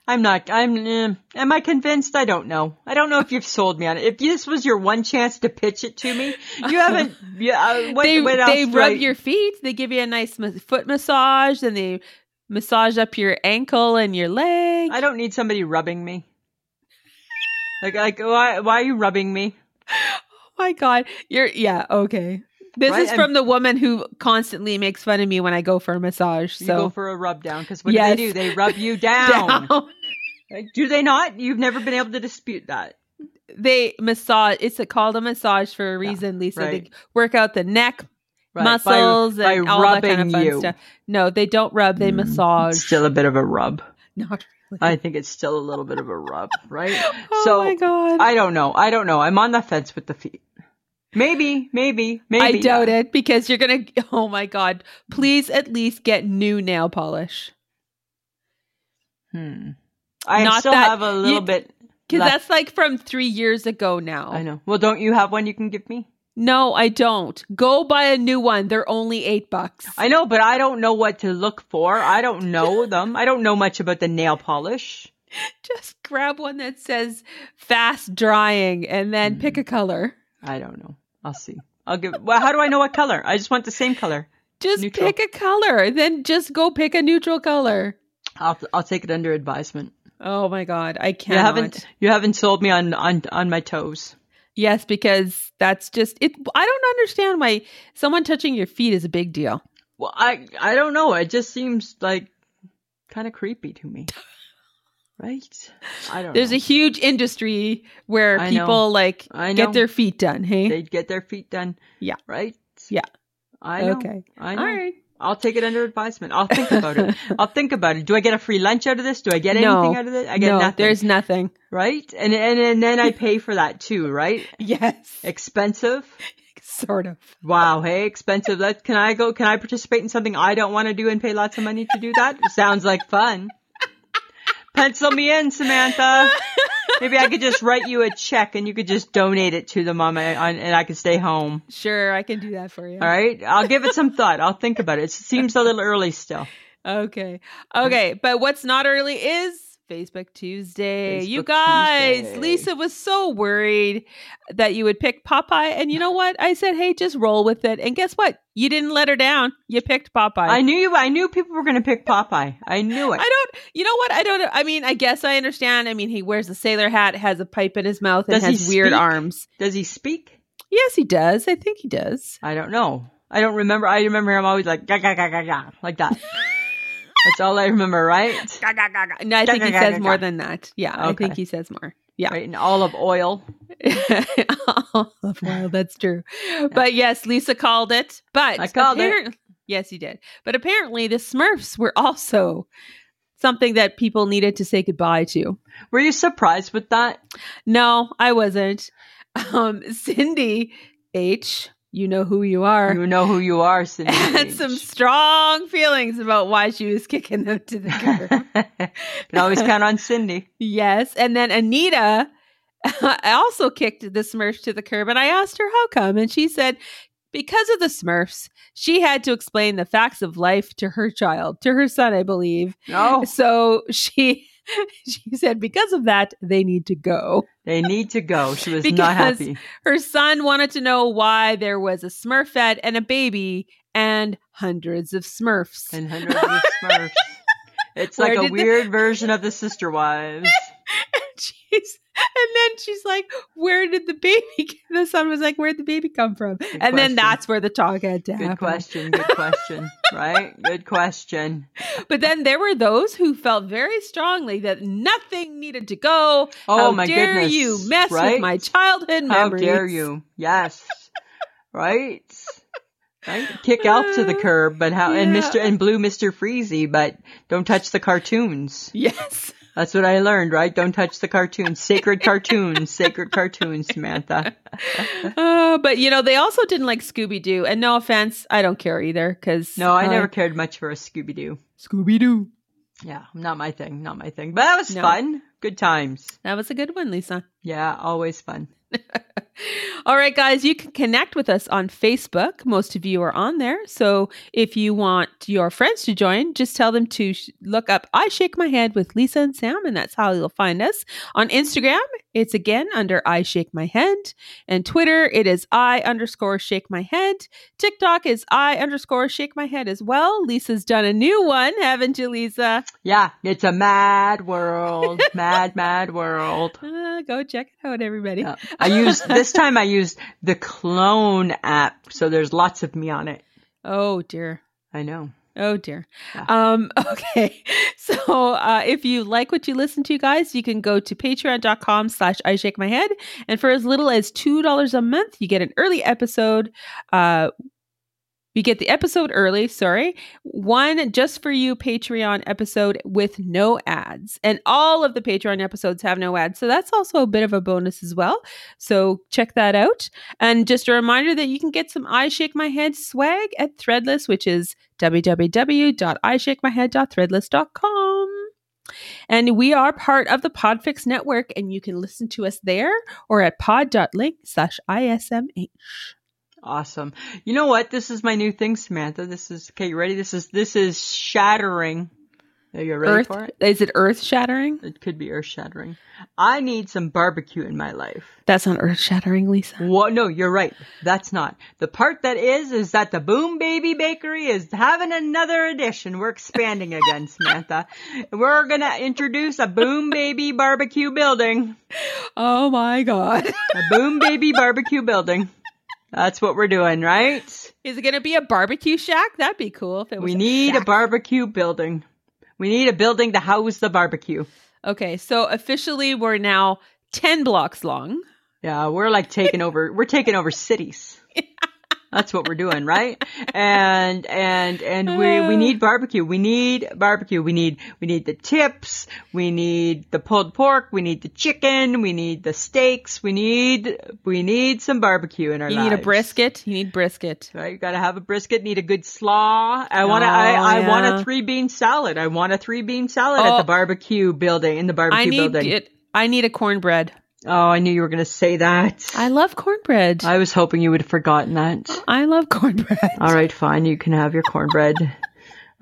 S2: I'm not. I'm. eh, am I convinced? I don't know. I don't know if you've sold me on it. If this was your one chance to pitch it to me, you haven't. Yeah. Uh, what,
S1: they
S2: what else
S1: they
S2: do
S1: rub
S2: I-
S1: your feet. They give you a nice ma- foot massage. Then they massage up your ankle and your leg.
S2: I don't need somebody rubbing me. Like, like, why, why are you rubbing me?
S1: oh my god, you're yeah okay. This
S2: Right,
S1: is from the woman who constantly makes fun of me when I go for a massage.
S2: You go
S1: So
S2: for a rub down because what
S1: Yes.
S2: do they do? They rub you down.
S1: Down.
S2: Like, do they not? You've never been able to dispute that.
S1: they massage. It's a, called a massage for a reason, Lisa. They
S2: right.
S1: work out the neck
S2: Right, by-
S1: muscles
S2: by
S1: and all that kind of
S2: rubbing
S1: fun
S2: you.
S1: stuff. No, they don't rub. They
S2: Mm,
S1: massage.
S2: It's still a bit of a rub.
S1: Not really.
S2: I think it's still a little bit of a rub, right?
S1: oh
S2: so
S1: my god.
S2: I don't know. I don't know. I'm on the fence with the feet. Maybe, maybe, maybe.
S1: I doubt it because you're gonna. Oh my god! Please at least get new nail polish
S2: Hmm. I
S1: Not
S2: still
S1: that-
S2: have a little
S1: you- Oh.
S2: bit.
S1: because
S2: Left.
S1: that's like from three years ago now.
S2: I know. Well, don't you have one you can give me?
S1: No, I don't. Go buy a new one. They're only eight bucks.
S2: I know, but I don't know what to look for. I don't know them. I don't know much about the nail polish.
S1: Just grab one that says fast drying and then pick
S2: Mm.
S1: a color.
S2: I don't know. I'll see. I'll give. Well, how do I know what color? I just want the same color.
S1: Just
S2: Neutral.
S1: pick a color. Then just go pick a neutral color.
S2: I'll I'll take it under advisement.
S1: Oh my god, I
S2: You
S1: cannot.
S2: haven't you haven't sold me on on on my toes.
S1: Yes, because that's just it. I don't understand why someone touching your feet is a big deal.
S2: Well, I I don't know. It just seems like kind of creepy to me. Right? I don't.
S1: There's
S2: know.
S1: a huge industry where
S2: I know.
S1: people like
S2: I know.
S1: get their feet done. Hey,
S2: They'd get their feet done.
S1: Yeah.
S2: Right.
S1: Yeah.
S2: I know.
S1: okay,
S2: I
S1: all
S2: know.
S1: right.
S2: I'll take it under advisement. I'll think about it. I'll think about it. Do I get a free lunch out of this? Do I get
S1: No.
S2: anything out of this? I get
S1: no,
S2: nothing.
S1: there's nothing.
S2: Right? And, and and then I pay for that too, right?
S1: Yes,
S2: Expensive.
S1: sort of.
S2: Wow, hey, expensive. That can I go can I participate in something I don't want to do and pay lots of money to do that? Sounds like fun. Pencil me in, Samantha. Maybe I could just write you a check and you could just donate it to them on my on, and I could stay home.
S1: Sure, I can do that for you.
S2: All right? I'll give it some thought. I'll think about it. It seems a little early still.
S1: Okay, okay. But what's not early is Facebook Tuesday. you
S2: Facebook
S1: guys,
S2: Tuesday.
S1: Lisa was so worried that you would pick Popeye, and you know what? I said, hey, just roll with it. And guess what? You didn't let her down. You picked Popeye.
S2: I knew you. I knew people were going to pick Popeye. I knew it.
S1: I don't. You know what? I don't. I mean, I guess I understand. I mean, he wears a sailor hat, has a pipe in his mouth, and
S2: Does he
S1: has weird
S2: speak?
S1: arms.
S2: Does he speak?
S1: Yes, he does. I think he does.
S2: I don't know. I don't remember. I remember him always like, gah, gah, gah, gah, gah, like that. That's all I remember, right?
S1: Ga, ga, ga, ga. No, I
S2: Ga,
S1: think
S2: ga,
S1: he
S2: ga,
S1: says
S2: ga,
S1: more
S2: ga.
S1: than that. Yeah, I
S2: Okay.
S1: think he says more. Yeah.
S2: Right. And olive oil. Oh,
S1: All of while that's true. But yes, Lisa called it. But
S2: I called it.
S1: apparent- Yes, you did. But apparently the Smurfs were also something that people needed to say goodbye to.
S2: Were you surprised with that?
S1: No, I wasn't. Um, Cindy H, you know who you are.
S2: You know who you are, Cindy.
S1: had
S2: Page.
S1: some strong feelings about why she was kicking them to the curb.
S2: Can always count on Cindy.
S1: yes. And then Anita also kicked the Smurfs to the curb. And I asked her how come. And she said, because of the Smurfs, she had to explain the facts of life to her child, to her son, I believe.
S2: No,
S1: So she. She said, because of that, they need to go.
S2: they need to go. She was not
S1: Because-
S2: happy.
S1: Her son wanted to know why there was a smurfette and a baby and hundreds of smurfs.
S2: And hundreds of Smurfs. It's
S1: Where
S2: like a
S1: did the-
S2: weird version of the Sister Wives.
S1: she's and then she's like, "Where did the baby?" The son was like, "Where'd the baby come from?" and
S2: question.
S1: then that's where the talk had to happen.
S2: Good question. Good question. right? Good question.
S1: But then there were those who felt very strongly that nothing needed to go.
S2: Oh
S1: How
S2: my
S1: dare
S2: goodness.
S1: you mess
S2: right?
S1: with my childhood
S2: How
S1: memories?
S2: dare you? Yes. right? Right? Kick Alf to the curb, but how and
S1: Yeah.
S2: Mr. and Blue Mr. Freezy, but don't touch the cartoons.
S1: Yes.
S2: That's what I learned, right? Don't touch the cartoons. Sacred cartoons. Sacred cartoons, Samantha.
S1: Uh, but you know they also didn't like Scooby Doo, and no offense, I don't care either. Because
S2: No, I never cared much for a Scooby Doo.
S1: Scooby Doo.
S2: Yeah, not my thing, not my thing. But that was
S1: No.
S2: fun. Good times.
S1: That was a good one, Lisa.
S2: Yeah, always fun.
S1: All right, guys, you can connect with us on Facebook. Most of you are on there. So if you want your friends to join, just tell them to sh- look up I Shake My Head with Lisa and Sam, and that's how you'll find us. On Instagram, it's again under I Shake My Head. And Twitter, it is I underscore Shake My Head. TikTok is I underscore Shake My Head as well. Lisa's done a new one, haven't you, Lisa?
S2: Yeah, it's a mad world. mad, mad world.
S1: Uh, go check it out, everybody.
S2: Yeah. I used this time I used the clone app, so there's lots of me on it.
S1: Oh, dear.
S2: I know.
S1: Oh dear.
S2: Yeah.
S1: Um, okay. So uh, if you like what you listen to, guys, you can go to patreon.com slash I shake my head. And for as little as two dollars a month, you get an early episode. Uh you get the episode early, sorry. One just for you Patreon episode with no ads. And all of the Patreon episodes have no ads. So that's also a bit of a bonus as well. So check that out. And just a reminder that you can get some I Shake My Head swag at Threadless, which is www.ishakemyhead.threadless.com. And we are part of the Podfix Network, and you can listen to us there or at pod.link slash ISMH.
S2: Awesome. You know what? This is my new thing, Samantha. This is okay, you ready? This is this is shattering. Are you ready
S1: Earth,
S2: for it?
S1: is it earth shattering?
S2: It could be earth shattering. I need some barbecue in my life.
S1: That's not earth shattering, Lisa.
S2: Well, no, you're right. That's not. The part that is, is that the Boom Baby Bakery is having another edition. We're expanding again, Samantha. We're gonna introduce a Boom Baby Barbecue building.
S1: Oh my God.
S2: A Boom Baby Barbecue building. That's what we're doing, right?
S1: Is it going to be a barbecue shack? That'd be cool if it was.
S2: We need a
S1: shack.
S2: barbecue building. We need a building to house the barbecue.
S1: Okay, so officially we're now 10 blocks long.
S2: Yeah, we're like taking over. We're taking over cities. That's what we're doing, right? And and and we we need barbecue. We need barbecue. We need we need the tips. We need the pulled pork. We need the chicken. We need the steaks. We need we need some barbecue in our
S1: You
S2: lives.
S1: need a brisket. You need brisket.
S2: Right, you gotta have a brisket. Need a good slaw. I want to. I,
S1: Oh,
S2: I want a
S1: yeah.
S2: three bean salad. I want a three bean salad at
S1: Oh.
S2: the barbecue building in the barbecue
S1: I need
S2: building.
S1: it. I need a cornbread.
S2: Oh, I knew you were gonna say that.
S1: I love cornbread.
S2: I was hoping you would have forgotten that.
S1: I love cornbread.
S2: All right, fine. You can have your cornbread.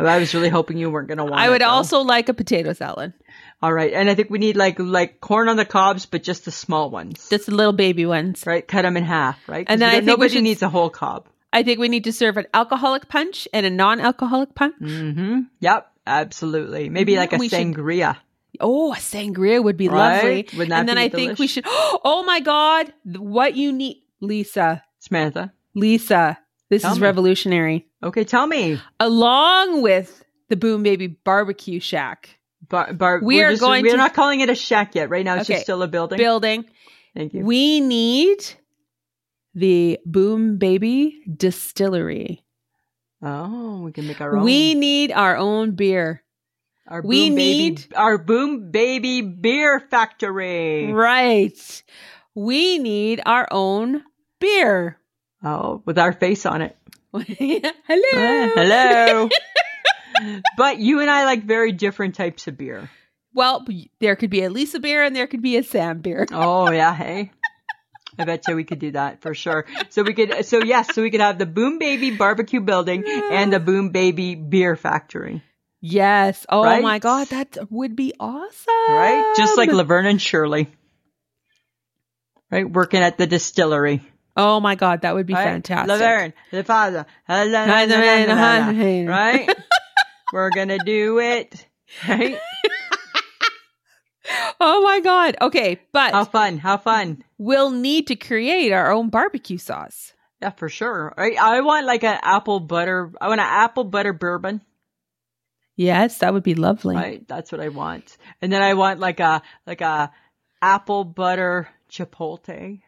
S2: I was really hoping you weren't going to want.
S1: I
S2: it,
S1: would
S2: though.
S1: also like a potato salad.
S2: All right, and I think we need like like corn on the cobs, but just the small ones.
S1: Just the little baby ones.
S2: right, cut them in half. Right, 'Cause
S1: And then
S2: we
S1: I
S2: don't-
S1: think we
S2: nobody
S1: should-
S2: needs a whole cob.
S1: I think we need to serve an alcoholic punch and a non-alcoholic punch.
S2: hmm Yep, absolutely. Maybe like a
S1: We should-
S2: sangria.
S1: Oh, a sangria would be
S2: Right?
S1: lovely.
S2: Wouldn't that
S1: and then
S2: be
S1: I think we
S2: delish?
S1: should. Oh my God! th- What you need? Lisa,
S2: Samantha.
S1: Lisa, this
S2: Tell
S1: is
S2: me.
S1: revolutionary.
S2: Okay, tell me.
S1: Along with the Boom Baby Barbecue Shack
S2: Bar, bar,
S1: We
S2: we're
S1: are
S2: just-
S1: going
S2: We're
S1: to-
S2: not calling it a shack yet. Right now, it's
S1: Okay.
S2: just still a building.
S1: building,
S2: Thank you.
S1: we need the Boom Baby Distillery.
S2: oh, we can make our own.
S1: We need our own beer.
S2: our boom
S1: we
S2: baby,
S1: need-
S2: our boom baby beer factory.
S1: Right. We need our own beer.
S2: Oh, with our face on it.
S1: Hello.
S2: Ah, hello. but you and I like very different types of beer.
S1: Well, b- there could be a Lisa beer and there could be a Sam beer.
S2: Oh yeah, hey. I bet you we could do that for sure. So we could, so yes, so we could have the Boom Baby Barbecue Building and the Boom Baby Beer Factory,
S1: Yes. Oh
S2: Right?
S1: my God, that would be awesome.
S2: right? Just
S1: Um,
S2: like Laverne and Shirley, right? Working at the distillery.
S1: Oh my God, that would be
S2: right?
S1: fantastic.
S2: Laverne, the father,
S1: Right?
S2: right? We're gonna do it, right?
S1: Oh my God. Okay, but
S2: How fun! How fun!
S1: we'll need to create our own barbecue sauce.
S2: Yeah, for sure. Right? I want like an apple butter. I want an apple butter bourbon.
S1: Yes, that would be lovely.
S2: Right? That's what I want. And then I want like a like a apple butter chipotle.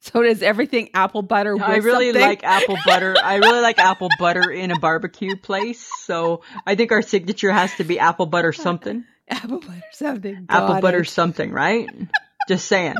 S1: So does everything apple butter?
S2: I
S1: with
S2: really
S1: something?
S2: like apple butter. I really like apple butter in a barbecue place. So I think our signature has to be apple butter something.
S1: apple butter something.
S2: apple
S1: Got
S2: butter
S1: it.
S2: something, right? Just saying.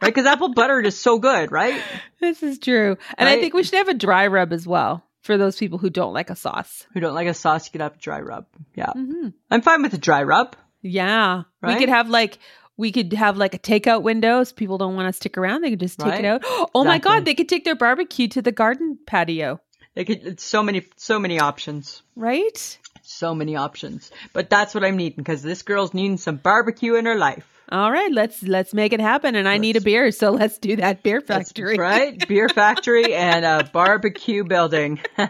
S2: Right? Cuz apple butter is so good, right?
S1: This is true, and
S2: Right?
S1: I think we should have a dry rub as well for those people who don't like a sauce.
S2: Who don't like a sauce, get up dry rub. Yeah.
S1: hmm
S2: I'm fine with a dry rub.
S1: Yeah, we
S2: Mm-hmm. Right?
S1: could have like we could have like a takeout window. So people don't want to stick around, they could just take
S2: Right.
S1: it out. Oh my
S2: Exactly.
S1: god, they could take their barbecue to the garden patio,
S2: Like it, it's so many so many options.
S1: right?
S2: So many options. But that's what I'm needing because this girl's needing some barbecue in her life.
S1: All right, let's let's make it happen. And I need a
S2: Let's-
S1: beer, so let's do that beer
S2: That's
S1: factory.
S2: right? Beer factory and a barbecue building.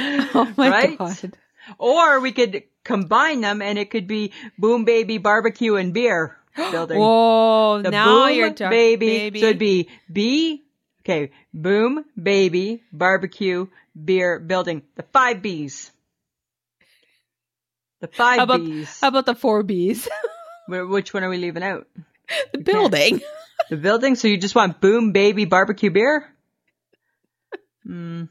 S1: Oh my
S2: Right?
S1: god.
S2: or we could combine them and it could be Boom Baby Barbecue and Beer Building.
S1: Whoa!
S2: the
S1: now
S2: Boom
S1: you're talking,
S2: Baby. So it'd be B, okay, Boom Baby Barbecue Beer Building. The five B's. The five
S1: How about-
S2: B's.
S1: How about the four B's?
S2: Wh- Which one are we leaving out?
S1: the building.
S2: The building? So you just want boom baby barbecue beer? Hmm.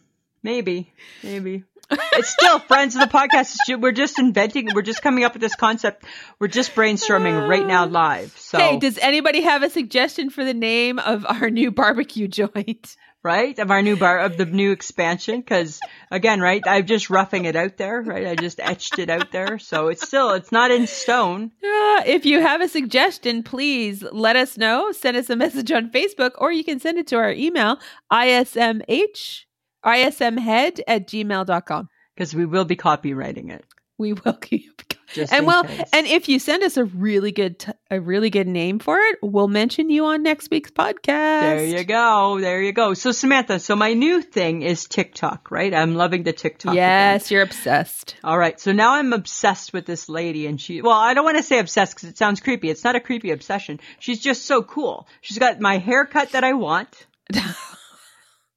S2: Maybe. Maybe. It's still friends of the podcast. It's ju- We're just inventing. We're just coming up with this concept. We're just brainstorming right now live. So,
S1: Hey, does anybody have a suggestion for the name of our new barbecue joint? Uh,
S2: right? Of our new bar, of the new expansion. Cause again, right? I'm just roughing it out there, right? I just etched it out there. So it's still, it's not in stone.
S1: Uh, if you have a suggestion, please let us know. Send us a message on Facebook or you can send it to our email, ismh, ismhead at gmail.com.
S2: Cause we will be copywriting it.
S1: We will keep
S2: Just
S1: and
S2: in
S1: well,
S2: case.
S1: and if you send us a really good, t- a really good name for it, we'll mention you on next week's podcast.
S2: There you go. There you go. So Samantha, so my new thing is TikTok, right? I'm loving the TikTok. again.
S1: Yes, you're obsessed.
S2: All right. So now I'm obsessed with this lady and she, well, I don't want to say obsessed because it sounds creepy. It's not a creepy obsession. She's just so cool. She's got my haircut that I want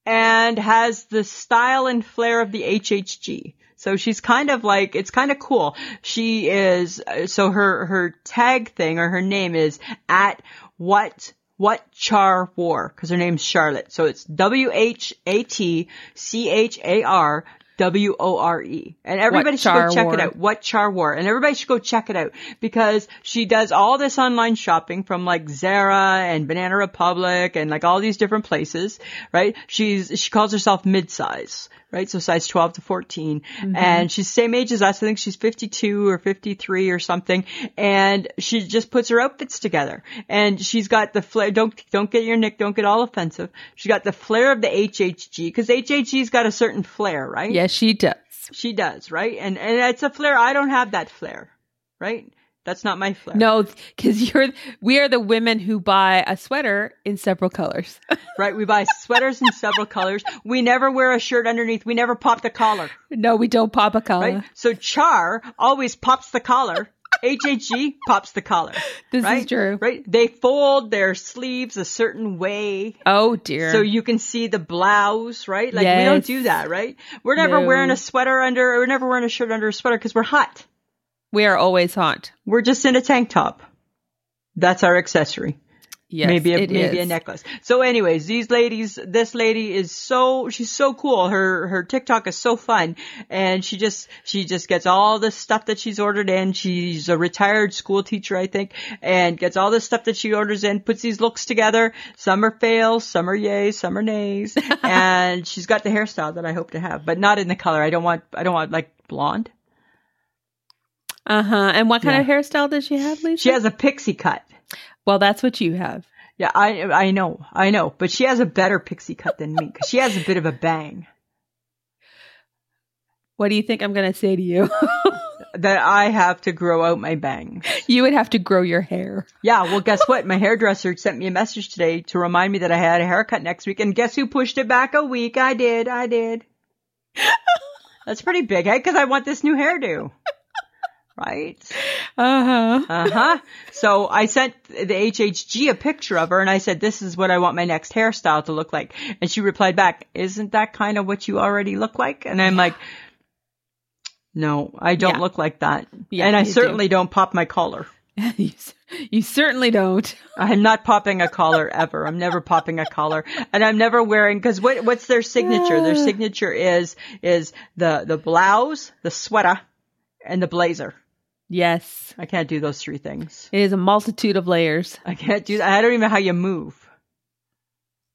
S2: and has the style and flair of the HHG. So she's kind of like, it's kind of cool. She is, uh, so her, her tag thing or her name is at what, what char war, cause her name's Charlotte. So it's W-H-A-T-C-H-A-R W-O-R-E. E. And everybody should
S1: Char
S2: go check
S1: War.
S2: it out. What Char War. And everybody should go check it out because she does all this online shopping from like Zara and Banana Republic and like all these different places, right? She's, she calls herself mid-size, right? So size 12 to 14. And she's same age as us. I think she's 52 or 53 or something. And she just puts her outfits together and she's got the flair. Don't, don't get your nick. Don't get all offensive. She got the flair of the HHG cause HHG's got a certain flair, right?
S1: Yes, she does.
S2: She does, right? And and it's a flair. I don't have that flair, right? That's not my flair.
S1: No, because you're we are the women who buy a sweater in several colors.
S2: Right? We buy sweaters in several colors. We never wear a shirt underneath. We never pop the collar,
S1: Uh. no, we don't pop a color.
S2: right? So Char always pops the collar HHG pops the collar.
S1: This
S2: right?
S1: is true.
S2: Right? They fold their sleeves a certain way
S1: Oh dear.
S2: so you can see the blouse, right? Like we don't
S1: Yes.
S2: do that, right? We're never
S1: No.
S2: wearing a sweater under, we're never wearing a shirt under a sweater because we're hot.
S1: we are always hot.
S2: We're just in a tank top. That's our accessory.
S1: Yes,
S2: maybe a
S1: it
S2: maybe a
S1: is.
S2: necklace. So, anyways, these ladies, this lady is so she's so cool. Her her TikTok is so fun, and she just she just gets all the stuff that she's ordered in. She's a retired school teacher, I think, and gets all the stuff that she orders in. Puts these looks together. Some are fails, some are yays, some are nays, and she's got the hairstyle that I hope to have, but not in the color. I don't want I don't want like blonde.
S1: Uh huh. And what kind of hairstyle does she have, Lisa?
S2: She has a pixie cut.
S1: well, that's what you have.
S2: Yeah, I I know, I know, but she has a better pixie cut than me 'cause she has a bit of a bang.
S1: What do you think I'm going to say to you?
S2: that I have to grow out my bangs.
S1: you would have to grow your hair.
S2: Yeah, well, guess what? My hairdresser sent me a message today to remind me that I had a haircut next week, and guess who pushed it back a week? I did. I did. That's pretty big, eh? Because I want this new hairdo. Right?
S1: Uh huh.
S2: Uh huh. So I sent the HHG a picture of her and I said, This is what I want my next hairstyle to look like. And she replied back, Isn't that kind of what you already look like? And I'm like, No, I don't
S1: Yeah.
S2: look like that.
S1: Yeah,
S2: and I
S1: you do.
S2: certainly do. not pop my collar.
S1: you, s- you certainly don't.
S2: I'm not popping a collar ever. I'm never popping a collar, and I'm never wearing because what what's their signature? Their signature is is the the blouse, the sweater, and the blazer.
S1: Yes.
S2: I can't do those three things.
S1: It is a multitude of layers.
S2: I can't do. I don't even know how you move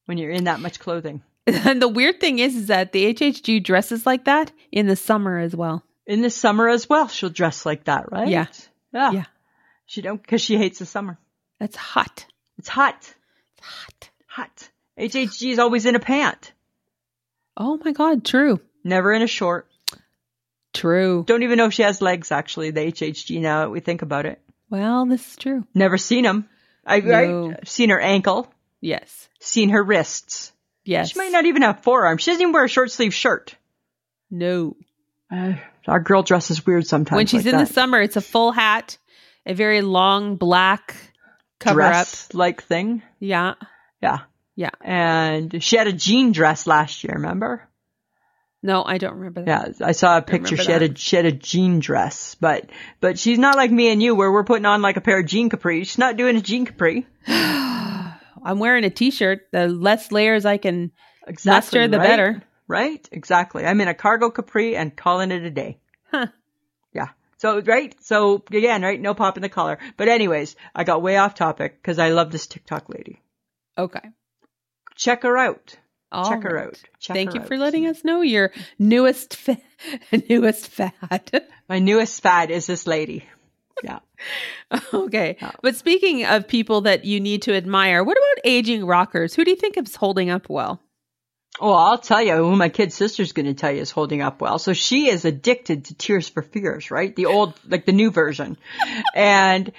S2: when you're in that much clothing.
S1: And the weird thing is, is that the HHG dresses like that in the summer as well.
S2: In the summer as well, she'll dress like that, right?
S1: Yeah.
S2: yeah.
S1: Yeah.
S2: She don't because she hates the summer.
S1: That's hot.
S2: It's hot,
S1: It's hot.
S2: hot. HHG is always in a pant,
S1: Oh my God. True.
S2: never in a short.
S1: True.
S2: Don't even know if she has legs. Actually, the HHG. Now that we think about it.
S1: Well, this is true.
S2: Never seen them. I've,
S1: No.
S2: I've seen her ankle,
S1: Yes.
S2: seen her wrists.
S1: Yes.
S2: She might not even have forearms. She doesn't even wear a short sleeve shirt.
S1: No.
S2: Uh, our girl dresses weird sometimes.
S1: when she's
S2: like
S1: in
S2: that.
S1: the summer, it's a full hat, a very long black cover up.
S2: dress-like thing,
S1: Yeah.
S2: yeah,
S1: Yeah.
S2: And she had a jean dress last year. Remember?
S1: No, I don't remember that.
S2: Yeah, I saw a picture.
S1: remember
S2: She had
S1: that.
S2: a she had a jean dress, but but she's not like me and you, where we're putting on like a pair of jean capri. She's not doing a jean capri.
S1: I'm wearing a t-shirt. The less layers I can
S2: Exactly,
S1: muster, the
S2: right?
S1: better.
S2: Right? Exactly. I'm in a cargo capri and calling it a day.
S1: Huh.
S2: Yeah. So, right? So, again, right? No pop in the collar. But, anyways, I got way off topic because I love this TikTok lady.
S1: Okay.
S2: Check her out.
S1: All
S2: Check her
S1: right.
S2: out. Check
S1: Thank
S2: her
S1: you for
S2: out.
S1: letting us know your newest fa- newest fad.
S2: My newest fad is this lady. Yeah.
S1: okay.
S2: Yeah.
S1: But speaking of people that you need to admire, what about aging rockers? Who do you think is holding up well?
S2: Oh, I'll tell you who my kid sister's going to tell you is holding up well. So she is addicted to Tears for Fears, right? The old, like the new version. And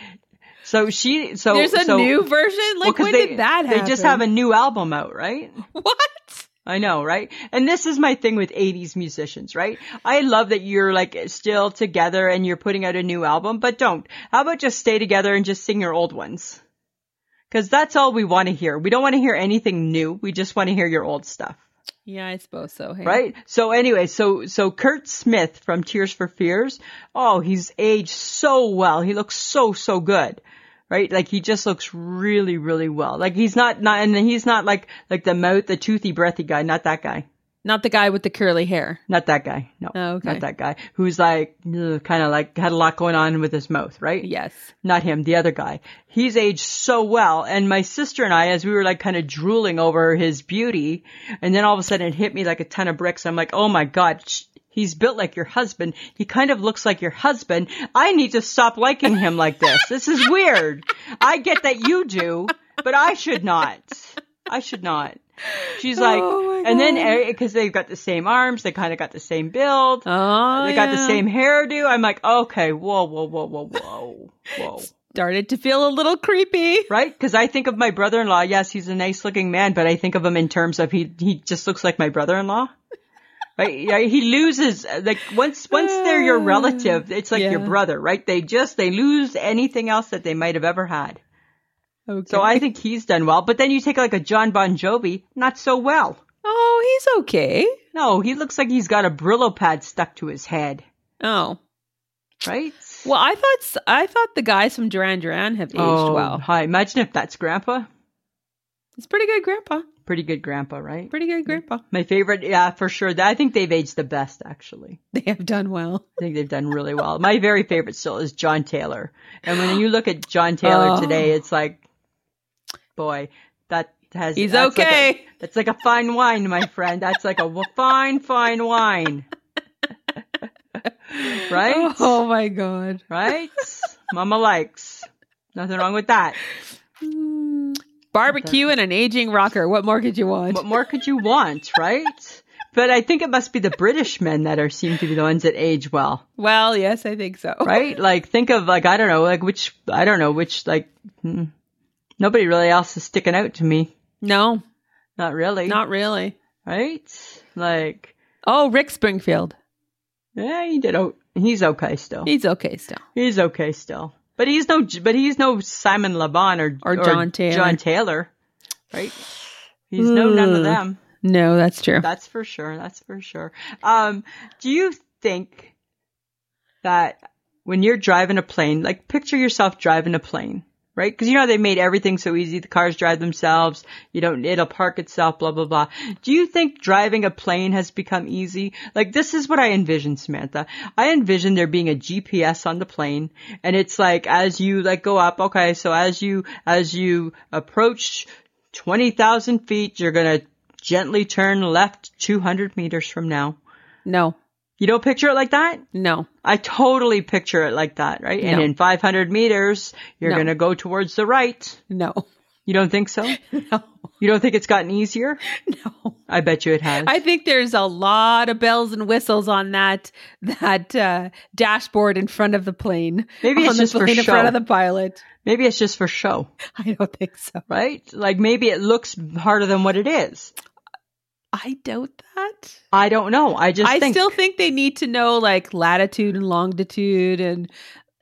S2: so she, so
S1: There's a
S2: so,
S1: new version? Like
S2: 'cause
S1: when
S2: they,
S1: did that happen?
S2: They just have a new album out, right?
S1: What?
S2: I know, right? And this is my thing with 80s musicians, right? I love that you're like still together and you're putting out a new album, but don't. How about just stay together and just sing your old ones? Cause that's all we want to hear. We don't want to hear anything new. We just want to hear your old stuff.
S1: Yeah, I suppose so. Hey.
S2: Right? So anyway, so so Kurt Smith from Tears for Fears, oh, he's aged so well. He looks so so good. Right? Like he just looks really really well. Like he's not not and he's not like like the mouth the toothy breathy guy, not that guy.
S1: Not the guy with the curly hair.
S2: Not that guy. No.
S1: Oh, okay.
S2: Not that guy who's like kind of like had a lot going on with his mouth, right?
S1: Yes.
S2: Not him, the other guy. He's aged so well and my sister and I as we were like kind of drooling over his beauty and then all of a sudden it hit me like a ton of bricks. I'm like, "Oh my god, sh- he's built like your husband. He kind of looks like your husband. I need to stop liking him like this. This is weird. I get that you do, but I should not. I should not." She's like,
S1: Oh my
S2: and then
S1: God.
S2: because they've got the same arms, they kind of got the same build,
S1: Oh,
S2: they got the
S1: yeah.
S2: same hairdo. I'm like, okay, whoa, whoa, whoa, whoa, whoa, whoa,
S1: Started to feel a little creepy.
S2: right? Because I think of my brother-in-law. Yes, he's a nice-looking man, but I think of him in terms of he he just looks like my brother-in-law, Right? Yeah, he loses like once once they're your relative, it's like your
S1: Uh, Yeah.
S2: brother, right? They just they lose anything else that they might have ever had.
S1: Okay.
S2: So I think he's done well. But then you take like a John Bon Jovi, not so well.
S1: Oh, he's okay.
S2: No, he looks like he's got a Brillo pad stuck to his head,
S1: Oh.
S2: right?
S1: Well, I thought s- I thought the guys from Duran Duran have aged
S2: oh,
S1: well.
S2: Hi, imagine if that's Grandpa.
S1: It's pretty good, Grandpa.
S2: Pretty good Grandpa, right?
S1: Pretty good, Grandpa.
S2: My favorite, yeah, for sure. That, I think they've aged the best, actually.
S1: They have done well.
S2: I think they've done really well. My very favorite still is John Taylor. And when you look at John Taylor
S1: Oh.
S2: today, it's like, boy, that has.
S1: He's
S2: that's like a-
S1: okay.
S2: That's like a fine wine, my friend. That's like a w- fine, fine wine. right?
S1: Oh my god.
S2: Right? Mama likes. Nothing wrong with that.
S1: Mm. Barbecue and an aging rocker. What more could you want?
S2: What more could you want, right? But I think it must be the British men that are seem to be the ones that age well.
S1: Well, yes, I think so.
S2: right? Like think of like I don't know, like which I don't know which like hmm, nobody really else is sticking out to me.
S1: No,
S2: Not really.
S1: not really.
S2: right. Like
S1: Oh, Rick Springfield.
S2: yeah, he did. O- he's okay still.
S1: He's okay still.
S2: He's okay still. But he's no. But he's no Simon Laban or
S1: Or John Taylor.
S2: John Taylor, right? He's no none
S1: Ugh.
S2: of them.
S1: No, that's true.
S2: That's for sure. That's for sure. Um, do you think that when you're driving a plane, like picture yourself driving a plane, right? Because you know they made everything so easy. The cars drive themselves. You don't. It'll park itself. Blah blah blah. Do you think driving a plane has become easy? Like this is what I envision, Samantha. I envision there being a GPS on the plane, and it's like as you like go up. Okay, so as you as you approach 20,000 feet, you're going to gently turn left 200 meters from now.
S1: No,
S2: You don't picture it like that?
S1: no.
S2: I totally picture it like that, right? And
S1: No.
S2: in 500 meters, you're
S1: No.
S2: going to go towards the right.
S1: No,
S2: You don't think so?
S1: no,
S2: You don't think it's gotten easier?
S1: no.
S2: I bet you it has.
S1: I think there's a lot of bells and whistles on that that uh, dashboard in front of the plane.
S2: Maybe
S1: on
S2: it's
S1: the
S2: just for
S1: plane in
S2: show.
S1: front of the pilot.
S2: Maybe it's just for show,
S1: I don't think so.
S2: right? Like maybe it looks harder than what it is.
S1: I doubt that.
S2: I don't know. I just
S1: I
S2: think
S1: still think they need to know like latitude and longitude and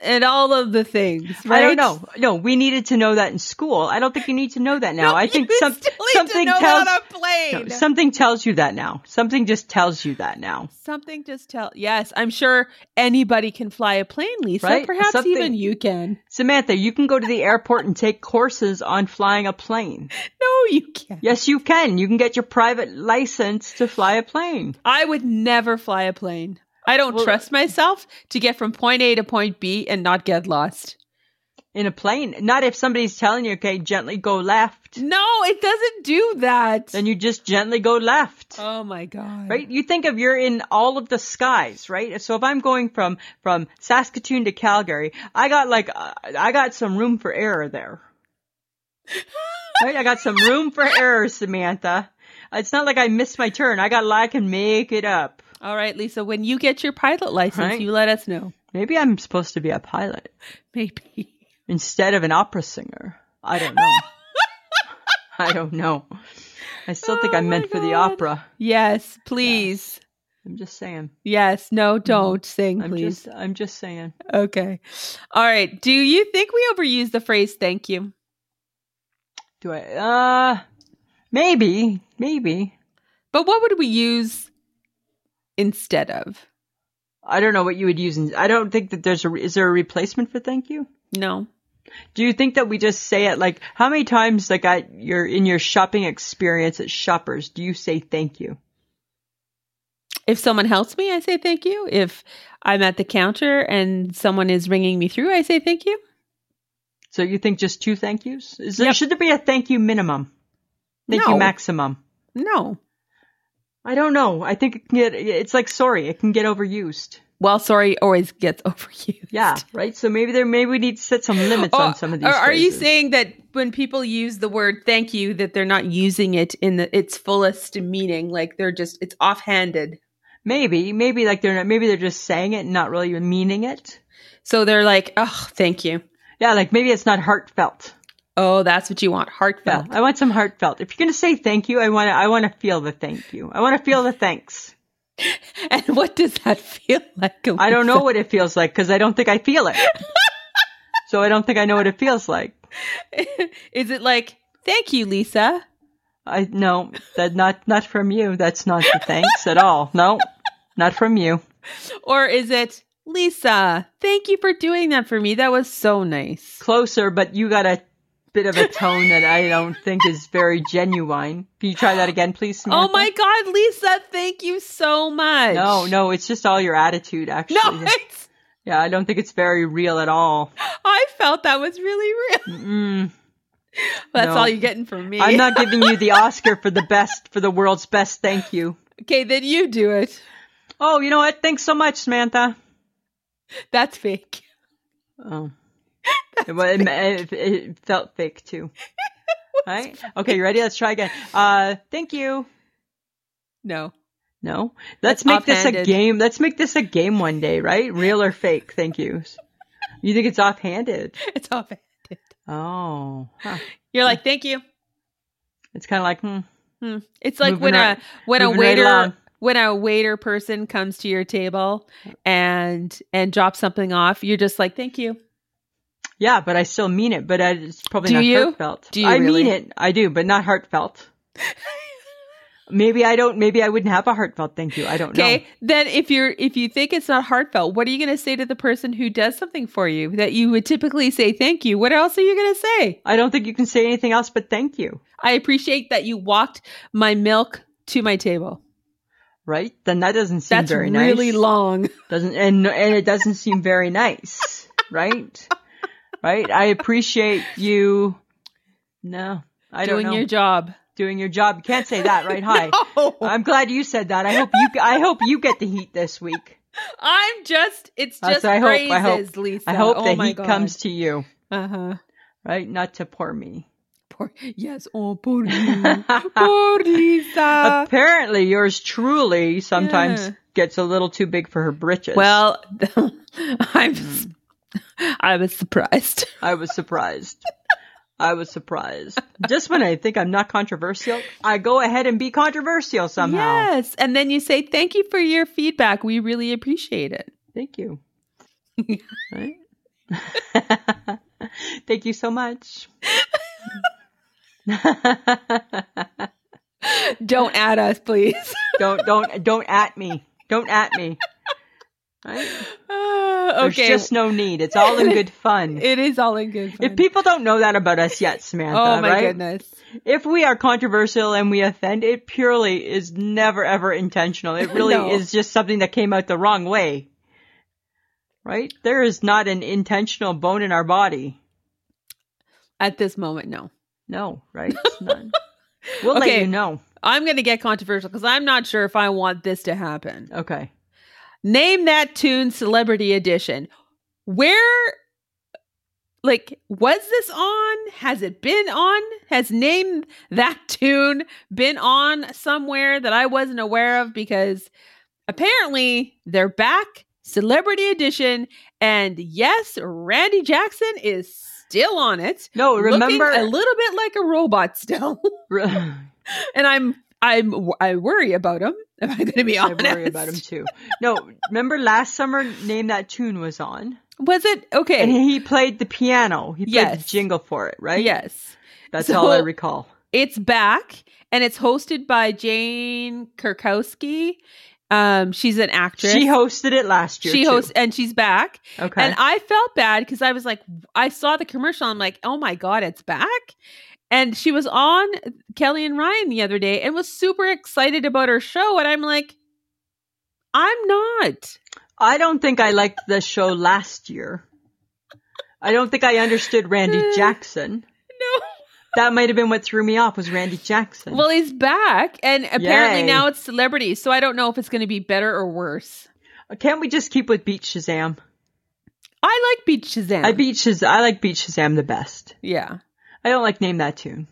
S1: and all of the things. Right?
S2: I don't know. No, we needed to know that in school. I don't think you need to know that now. I think
S1: You
S2: some,
S1: still need to
S2: something
S1: know
S2: tells
S1: that on a
S2: No,
S1: plane.
S2: something tells you that now. Something just tells you that now.
S1: Something just tell. Yes, I'm sure anybody can fly a plane, Lisa.
S2: Right?
S1: Perhaps
S2: Something-
S1: even you can.
S2: Samantha, you can go to the airport and take courses on flying a plane.
S1: No, you can't.
S2: Yes, you can. You can get your private license to fly a plane.
S1: I would never fly a plane. I don't
S2: Well-
S1: trust myself to get from point A to point B and not get lost.
S2: In a plane. Not if somebody's telling you, okay, gently go left.
S1: No, it doesn't do that.
S2: Then you just gently go left.
S1: oh my god!
S2: Right? You think of you're in all of the skies, right? So if I'm going from, from Saskatoon to Calgary, I got like, uh, I got some room for error there. Right? I got some room for error, Samantha. It's not like I missed my turn. I got like I can make it up.
S1: All right, Lisa. When you get your pilot license,
S2: Right.
S1: you let us know.
S2: Maybe I'm supposed to be a pilot
S1: Maybe.
S2: instead of an opera singer. I don't know. I don't know. I still think
S1: Oh
S2: I'm
S1: my
S2: meant for the
S1: God.
S2: opera.
S1: Yes, please.
S2: I'm just saying.
S1: Yes. No, don't sing,
S2: Mm-hmm. I'm
S1: please.
S2: just I'm just saying.
S1: Okay. All right. Do you think we overuse the phrase thank you?
S2: Do I uh maybe, maybe.
S1: But what would we use instead of?
S2: I don't know what you would use in, I don't think that there's a is there a replacement for thank you?
S1: No.
S2: Do you think that we just say it like how many times like at your in your shopping experience at shoppers do you say thank you?
S1: If someone helps me, I say thank you. If I'm at the counter and someone is ringing me through, I say thank you.
S2: So you think just two thank yous? Is there,
S1: Yep.
S2: Should there be a thank you minimum? Thank
S1: No.
S2: you maximum.
S1: No.
S2: I don't know. I think it can get, it's like sorry, it can get overused.
S1: Well, sorry always gets overused.
S2: Yeah, right. So maybe there, maybe we need to set some limits
S1: Oh,
S2: on some of these.
S1: Are, are you
S2: phrases.
S1: saying that when people use the word thank you that they're not using it in the, its fullest meaning like they're just it's offhanded.
S2: maybe, maybe like they're not, maybe they're just saying it, and not really meaning it.
S1: So they're like, "Oh, thank you."
S2: Yeah, like maybe it's not heartfelt.
S1: Oh, that's what you want.
S2: Yeah,
S1: Heartfelt.
S2: I want some heartfelt. If you're gonna say thank you, I want to, I want to feel the thank you. I want to feel the thanks.
S1: And what does that feel like?
S2: I don't know
S1: Elisa?
S2: what it feels like because I don't think I feel it. so I don't think I know what it feels like.
S1: Is it like, thank you, Lisa?
S2: I no, that not not from you. That's not the thanks at all. No, not from you.
S1: Or is it, Lisa, thank you for doing that for me? That was so nice.
S2: Closer, but you got a bit of a tone that I don't think is very genuine. Can you try that again, please?
S1: Oh
S2: Samantha?
S1: my God, Lisa, thank you so much.
S2: No, no, it's just all your attitude, actually.
S1: No, it's,
S2: Yeah, I don't think it's very real at all.
S1: I felt that was really real.
S2: Mm-mm.
S1: That's
S2: No.
S1: all you're getting from me.
S2: I'm not giving you the Oscar for the best, for the world's best. Thank you.
S1: okay, then you do it.
S2: Oh, you know what? Thanks so much, Samantha.
S1: That's fake.
S2: Oh. Well, it, it, it felt fake too. right? Okay, you ready? Let's try again. Uh, thank you.
S1: No.
S2: No, let's
S1: That's
S2: make this a
S1: offhanded.
S2: game. Let's make this a game one day, right? Real or fake? Thank yous. You think it's offhanded?
S1: It's all bad.
S2: Oh, huh.
S1: You're like, thank you.
S2: it's kind of like hmm,
S1: Hmm. It's like
S2: Moving
S1: when
S2: right-
S1: a when a
S2: moving right
S1: waiter
S2: along.
S1: when a waiter person comes to your table and and drops something off, you're just like, thank you.
S2: yeah, but I still mean it. But I, it's probably
S1: Do
S2: not
S1: you?
S2: heartfelt.
S1: Do you
S2: I
S1: really?
S2: mean it. I do, but not heartfelt. maybe I don't. Maybe I wouldn't have a heartfelt thank you. I don't
S1: Okay.
S2: know.
S1: Then if you're if you think it's not heartfelt, what are you going to say to the person who does something for you that you would typically say thank you? What else are you going to say?
S2: I don't think you can say anything else but thank you.
S1: I appreciate that you walked my milk to my table.
S2: Right? Then that doesn't seem
S1: That's
S2: very nice.
S1: really long.
S2: doesn't and and it doesn't seem very nice right right i appreciate you no i
S1: doing
S2: don't know
S1: your job.
S2: doing your job you can't say that right hi
S1: No.
S2: i'm glad you said that i hope you i hope you get the heat this week
S1: I'm just it's just
S2: That's what I hope,
S1: phrases,
S2: I hope-
S1: Lisa.
S2: i hope
S1: oh
S2: the
S1: my
S2: heat
S1: God.
S2: comes to you
S1: uh-huh.
S2: right not to poor me
S1: Poor, yes, oh, poor you. poor Lisa.
S2: apparently yours truly sometimes
S1: Uh, Yeah.
S2: gets a little too big for her britches
S1: Well, I'm
S2: Mm.
S1: s- I was surprised.
S2: i was surprised I was surprised. Just when I think I'm not controversial, I go ahead and be controversial somehow.
S1: Yes, and then you say thank you for your feedback. We really appreciate it.
S2: Thank you. Right? Thank you so much. don't
S1: Don't add us, please.
S2: don't don't at me. Don't at me. Right?
S1: Ah,
S2: There's
S1: okay,
S2: just no need. It's all in good fun.
S1: it is all in good fun.
S2: If people don't know that about us yet, Samantha,
S1: oh my
S2: right?
S1: goodness.
S2: If we are controversial and we offend, it purely is never ever intentional. It really
S1: No.
S2: is just something that came out the wrong way. Right? There is not an intentional bone in our body.
S1: At this moment, no.
S2: No, right? It's none. We'll let
S1: Okay.
S2: you know.
S1: I'm going to get controversial because I'm not sure if I want this to happen.
S2: Okay.
S1: Name that tune celebrity edition. Where like was this on? Has it been on? Has name that tune been on somewhere that I wasn't aware of because apparently they're back celebrity edition and yes, Randy Jackson is still on it.
S2: No, remember.
S1: Looking a little bit like a robot still.
S2: re-
S1: and I'm I'm I worry about him. Am I going to be
S2: I
S1: honest?
S2: worry about him too. No, remember last summer, Name That Tune was on.
S1: Was it okay?
S2: And he played the piano. He played the
S1: Yes.
S2: jingle for it, right?
S1: Yes.
S2: That's all I
S1: So-
S2: recall.
S1: It's back and it's hosted by Jane Kirkowski. Um, she's an actress.
S2: She hosted it last year.
S1: She
S2: too.
S1: hosts and she's back.
S2: Okay.
S1: And I felt bad because I was like, I saw the commercial. I'm like, oh my God, it's back. And she was on Kelly and Ryan the other day and was super excited about her show. And I'm like, I'm not.
S2: I don't think I liked the show last year. I don't think I understood Randy
S1: Uh,
S2: Jackson.
S1: No.
S2: That might have been what threw me off was Randy Jackson.
S1: Well, he's back, and apparently
S2: Yay.
S1: now it's celebrities. So I don't know if it's going to be better or worse.
S2: Can't we just keep with Beat Shazam?
S1: I like Beach Shazam.
S2: I beat Shaz- I like Beat Shazam the best.
S1: yeah,
S2: I don't like name that tune.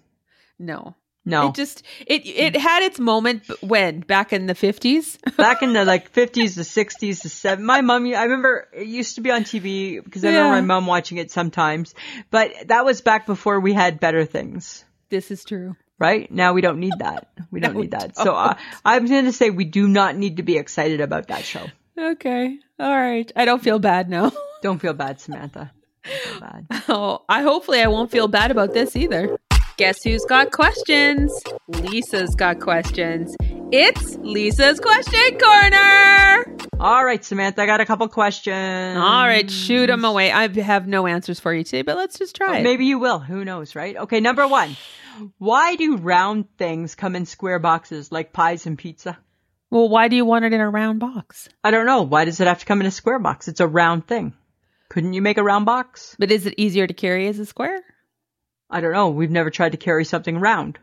S1: no,
S2: No,
S1: it just it it had its moment b- when back in the fifties.
S2: back in the like fifties, the sixties, the seven. My mom, I remember it used to be on TV because I remember
S1: Yeah.
S2: my mom watching it sometimes. But that was back before we had better things,
S1: This is true.
S2: right? Now we don't need that. We don't need that. So uh, I'm going to say we do not need to be excited about that show.
S1: Okay. All right. I don't feel bad now.
S2: Don't feel bad, Samantha. Don't feel bad.
S1: Oh, I hopefully I won't feel bad about this either. Guess who's got questions? Lisa's got questions. It's Lisa's question corner.
S2: All right, Samantha, I got a couple questions.
S1: All right, shoot them away. I have no answers for you today, but let's just try it.
S2: Maybe you will. Who knows, right? Okay, number one. Why do round things come in square boxes like pies and pizza?
S1: Well, why do you want it in a round box?
S2: I don't know. Why does it have to come in a square box? It's a round thing. Couldn't you make a round box?
S1: But is it easier to carry as a square?
S2: I don't know. We've never tried to carry something round.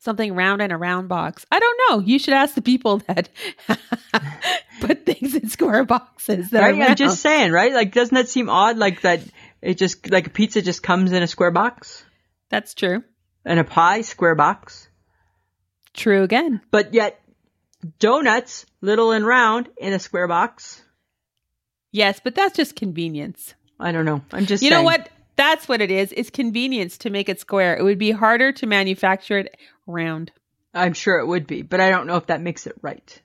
S1: Something round in a round box. I don't know. You should ask the people that put things in square boxes. That
S2: Right?
S1: are
S2: I'm just
S1: round.
S2: saying, right? Like, doesn't that seem odd? Like that it just, like a pizza just comes in a square box
S1: That's true.
S2: and a pie, square box.
S1: True again.
S2: But yet, donuts, little and round in a square box.
S1: Yes, but that's just convenience.
S2: I don't know. I'm just
S1: You know
S2: saying.
S1: what? That's what it is. It's convenience to make it square. It would be harder to manufacture it round.
S2: I'm sure it would be, but I don't know if that makes it right.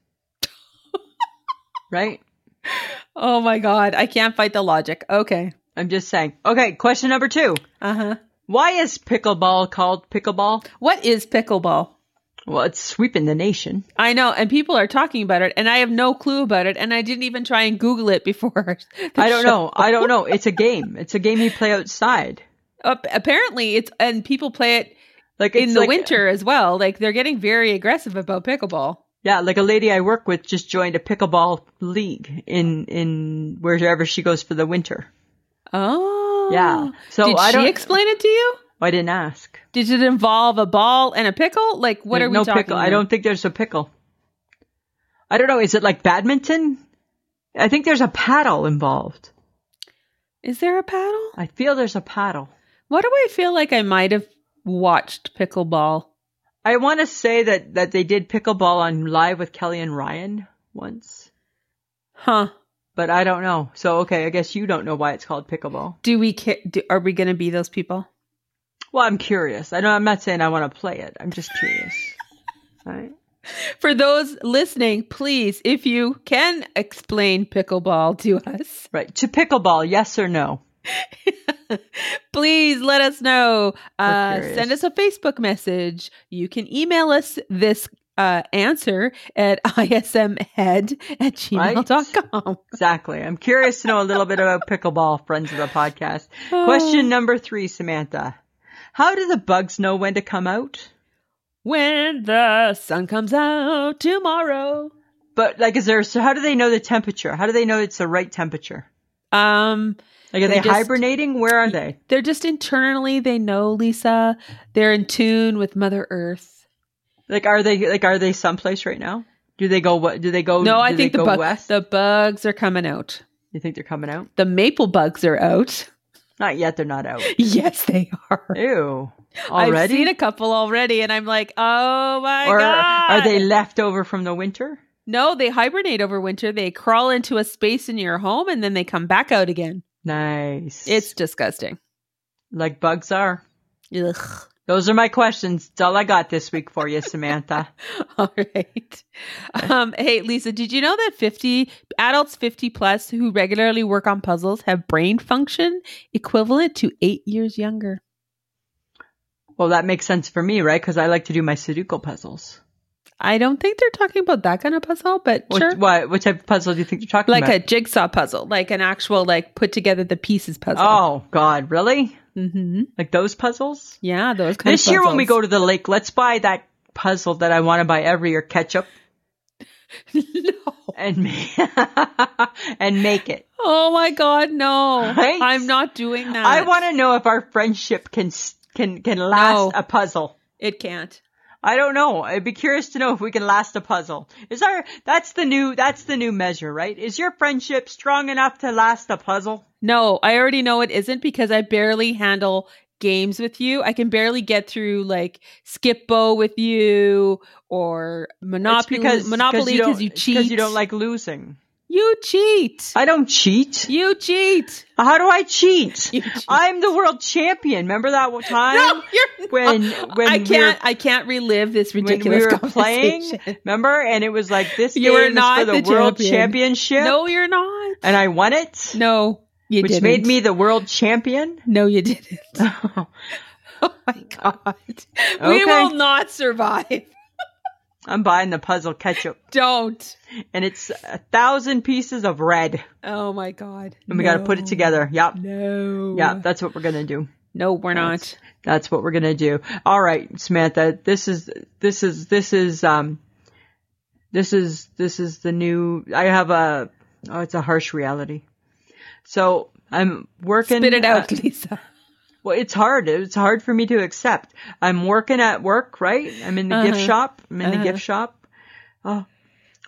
S2: right?
S1: Oh my God. I can't fight the logic. Okay.
S2: I'm just saying. Okay, question number two.
S1: Uh huh.
S2: Why is pickleball called pickleball?
S1: What is pickleball?
S2: Well, it's sweeping the nation.
S1: I know, and people are talking about it, and I have no clue about it, and I didn't even try and Google it before. the
S2: I don't
S1: show.
S2: know. I don't know. It's a game. It's a game you play outside.
S1: Ap- apparently, it's and people play it
S2: Like
S1: in
S2: it's
S1: the
S2: like-
S1: winter as well. Like they're getting very aggressive about pickleball.
S2: Yeah, like a lady I work with just joined a pickleball league in in wherever she goes for the winter.
S1: Oh,
S2: Yeah. So
S1: Did
S2: I
S1: she
S2: don't-
S1: explain it to you?
S2: I didn't ask.
S1: Did it involve a ball and a pickle? Like what
S2: Like,
S1: are we
S2: no
S1: talking?
S2: pickle. I
S1: here?
S2: don't think there's a pickle. I don't know. Is it like badminton? I think there's a paddle involved.
S1: Is there a paddle?
S2: I feel there's a paddle.
S1: What do I feel like I might have watched pickleball?
S2: I want to say that that they did pickleball on live with Kelly and Ryan once,
S1: Huh?
S2: but I don't know. So okay, I guess you don't know why it's called pickleball.
S1: Do we? Ca- do, are we going to be those people?
S2: Well, I'm curious. I know I'm not saying I want to play it. I'm just curious. All right.
S1: For those listening, please, if you can explain pickleball to us,
S2: Right. To pickleball, yes or no?
S1: please let us know. Uh,
S2: curious.
S1: send us a Facebook message. You can email us this uh, answer at ismhead at gmail.com.
S2: Exactly. I'm curious to know a little bit about pickleball, friends of the podcast.
S1: Oh.
S2: Question number three, Samantha. How do the bugs know when to come out?
S1: When the sun comes out tomorrow.
S2: But like, is there? So how do they know the temperature? How do they know it's the right temperature?
S1: Um,
S2: Like, are
S1: They
S2: they,
S1: just-
S2: hibernating? Where are they?
S1: they're just internally, they know, Lisa. They're in tune with Mother Earth.
S2: Like, are they like are they someplace right now? Do they go? What do they go?
S1: No,
S2: Oh, do
S1: I
S2: they
S1: think the,
S2: go
S1: bu-
S2: west.
S1: the bugs are coming out.
S2: you think they're coming out?
S1: The maple bugs are out.
S2: Not yet. They're not out.
S1: Yes, they are.
S2: Ew.
S1: I've
S2: Already?
S1: seen a couple already, and I'm like, oh my
S2: or
S1: god.
S2: are they left over from the winter?
S1: No, they hibernate over winter. They crawl into a space in your home, and then they come back out again.
S2: Nice.
S1: It's disgusting.
S2: like bugs are.
S1: Ugh.
S2: Those are my questions. That's all I got this week for you, Samantha.
S1: All right. Um, hey, Lisa, did you know that fifty adults fifty plus who regularly work on puzzles have brain function equivalent to eight years younger?
S2: well, that makes sense for me, right? Because I like to do my Sudoku puzzles.
S1: I don't think they're talking about that kind of puzzle, but
S2: What,
S1: sure.
S2: what, what type of puzzle do you think you're talking
S1: like
S2: about?
S1: a jigsaw puzzle, like an actual like put together the pieces puzzle.
S2: oh, God, really?
S1: hmm
S2: Like those puzzles?
S1: yeah, those kind
S2: This
S1: of
S2: year when we
S1: puzzles.
S2: go to the lake, let's buy that puzzle that I want to buy every year, ketchup,
S1: no.
S2: and ma- and make it.
S1: Oh my God, no!
S2: Right?
S1: I'm not doing that.
S2: I want to know if our friendship can s- can can last
S1: No.
S2: a puzzle.
S1: It can't.
S2: I don't know. I'd be curious to know if we can last a puzzle. Is our that's the new that's the new measure, right? Is your friendship strong enough to last a puzzle?
S1: No, I already know it isn't because I barely handle games with you. I can barely get through like Skip Bo with you or Monopoly.
S2: It's because
S1: Monopoly
S2: you don't-
S1: because you,
S2: it's
S1: cheat.
S2: you don't like losing.
S1: You cheat.
S2: I don't cheat.
S1: You cheat.
S2: How do I cheat?
S1: You cheat.
S2: I'm the world champion. Remember that one time?
S1: No, you're
S2: when-
S1: not.
S2: when
S1: I
S2: we're-
S1: can't. I can't relive this
S2: when we
S1: ridiculous
S2: were
S1: conversation.
S2: playing, remember? And it was like this
S1: You
S2: game
S1: were
S2: is for
S1: not
S2: the,
S1: the
S2: world
S1: champion.
S2: championship,
S1: No, you're not.
S2: and I won it,
S1: no, you
S2: which
S1: didn't.
S2: made me the world champion.
S1: No, you didn't. Oh my god. We
S2: Okay.
S1: will not survive.
S2: I'm buying the puzzle ketchup,
S1: Don't.
S2: and it's a thousand pieces of red,
S1: Oh my god.
S2: and we got to put it
S1: No.
S2: together. Yep,
S1: No.
S2: yeah, that's what we're gonna do.
S1: No, we're not.
S2: That's what we're gonna do. All right, Samantha. This is this is this is um this is this is the new. I have a oh, it's a harsh reality. So I'm working.
S1: Spit it out,
S2: uh,
S1: Lisa.
S2: well, it's hard. It's hard for me to accept. I'm working at work, right? I'm in the gift
S1: Uh-huh.
S2: shop. I'm in the gift shop. Oh,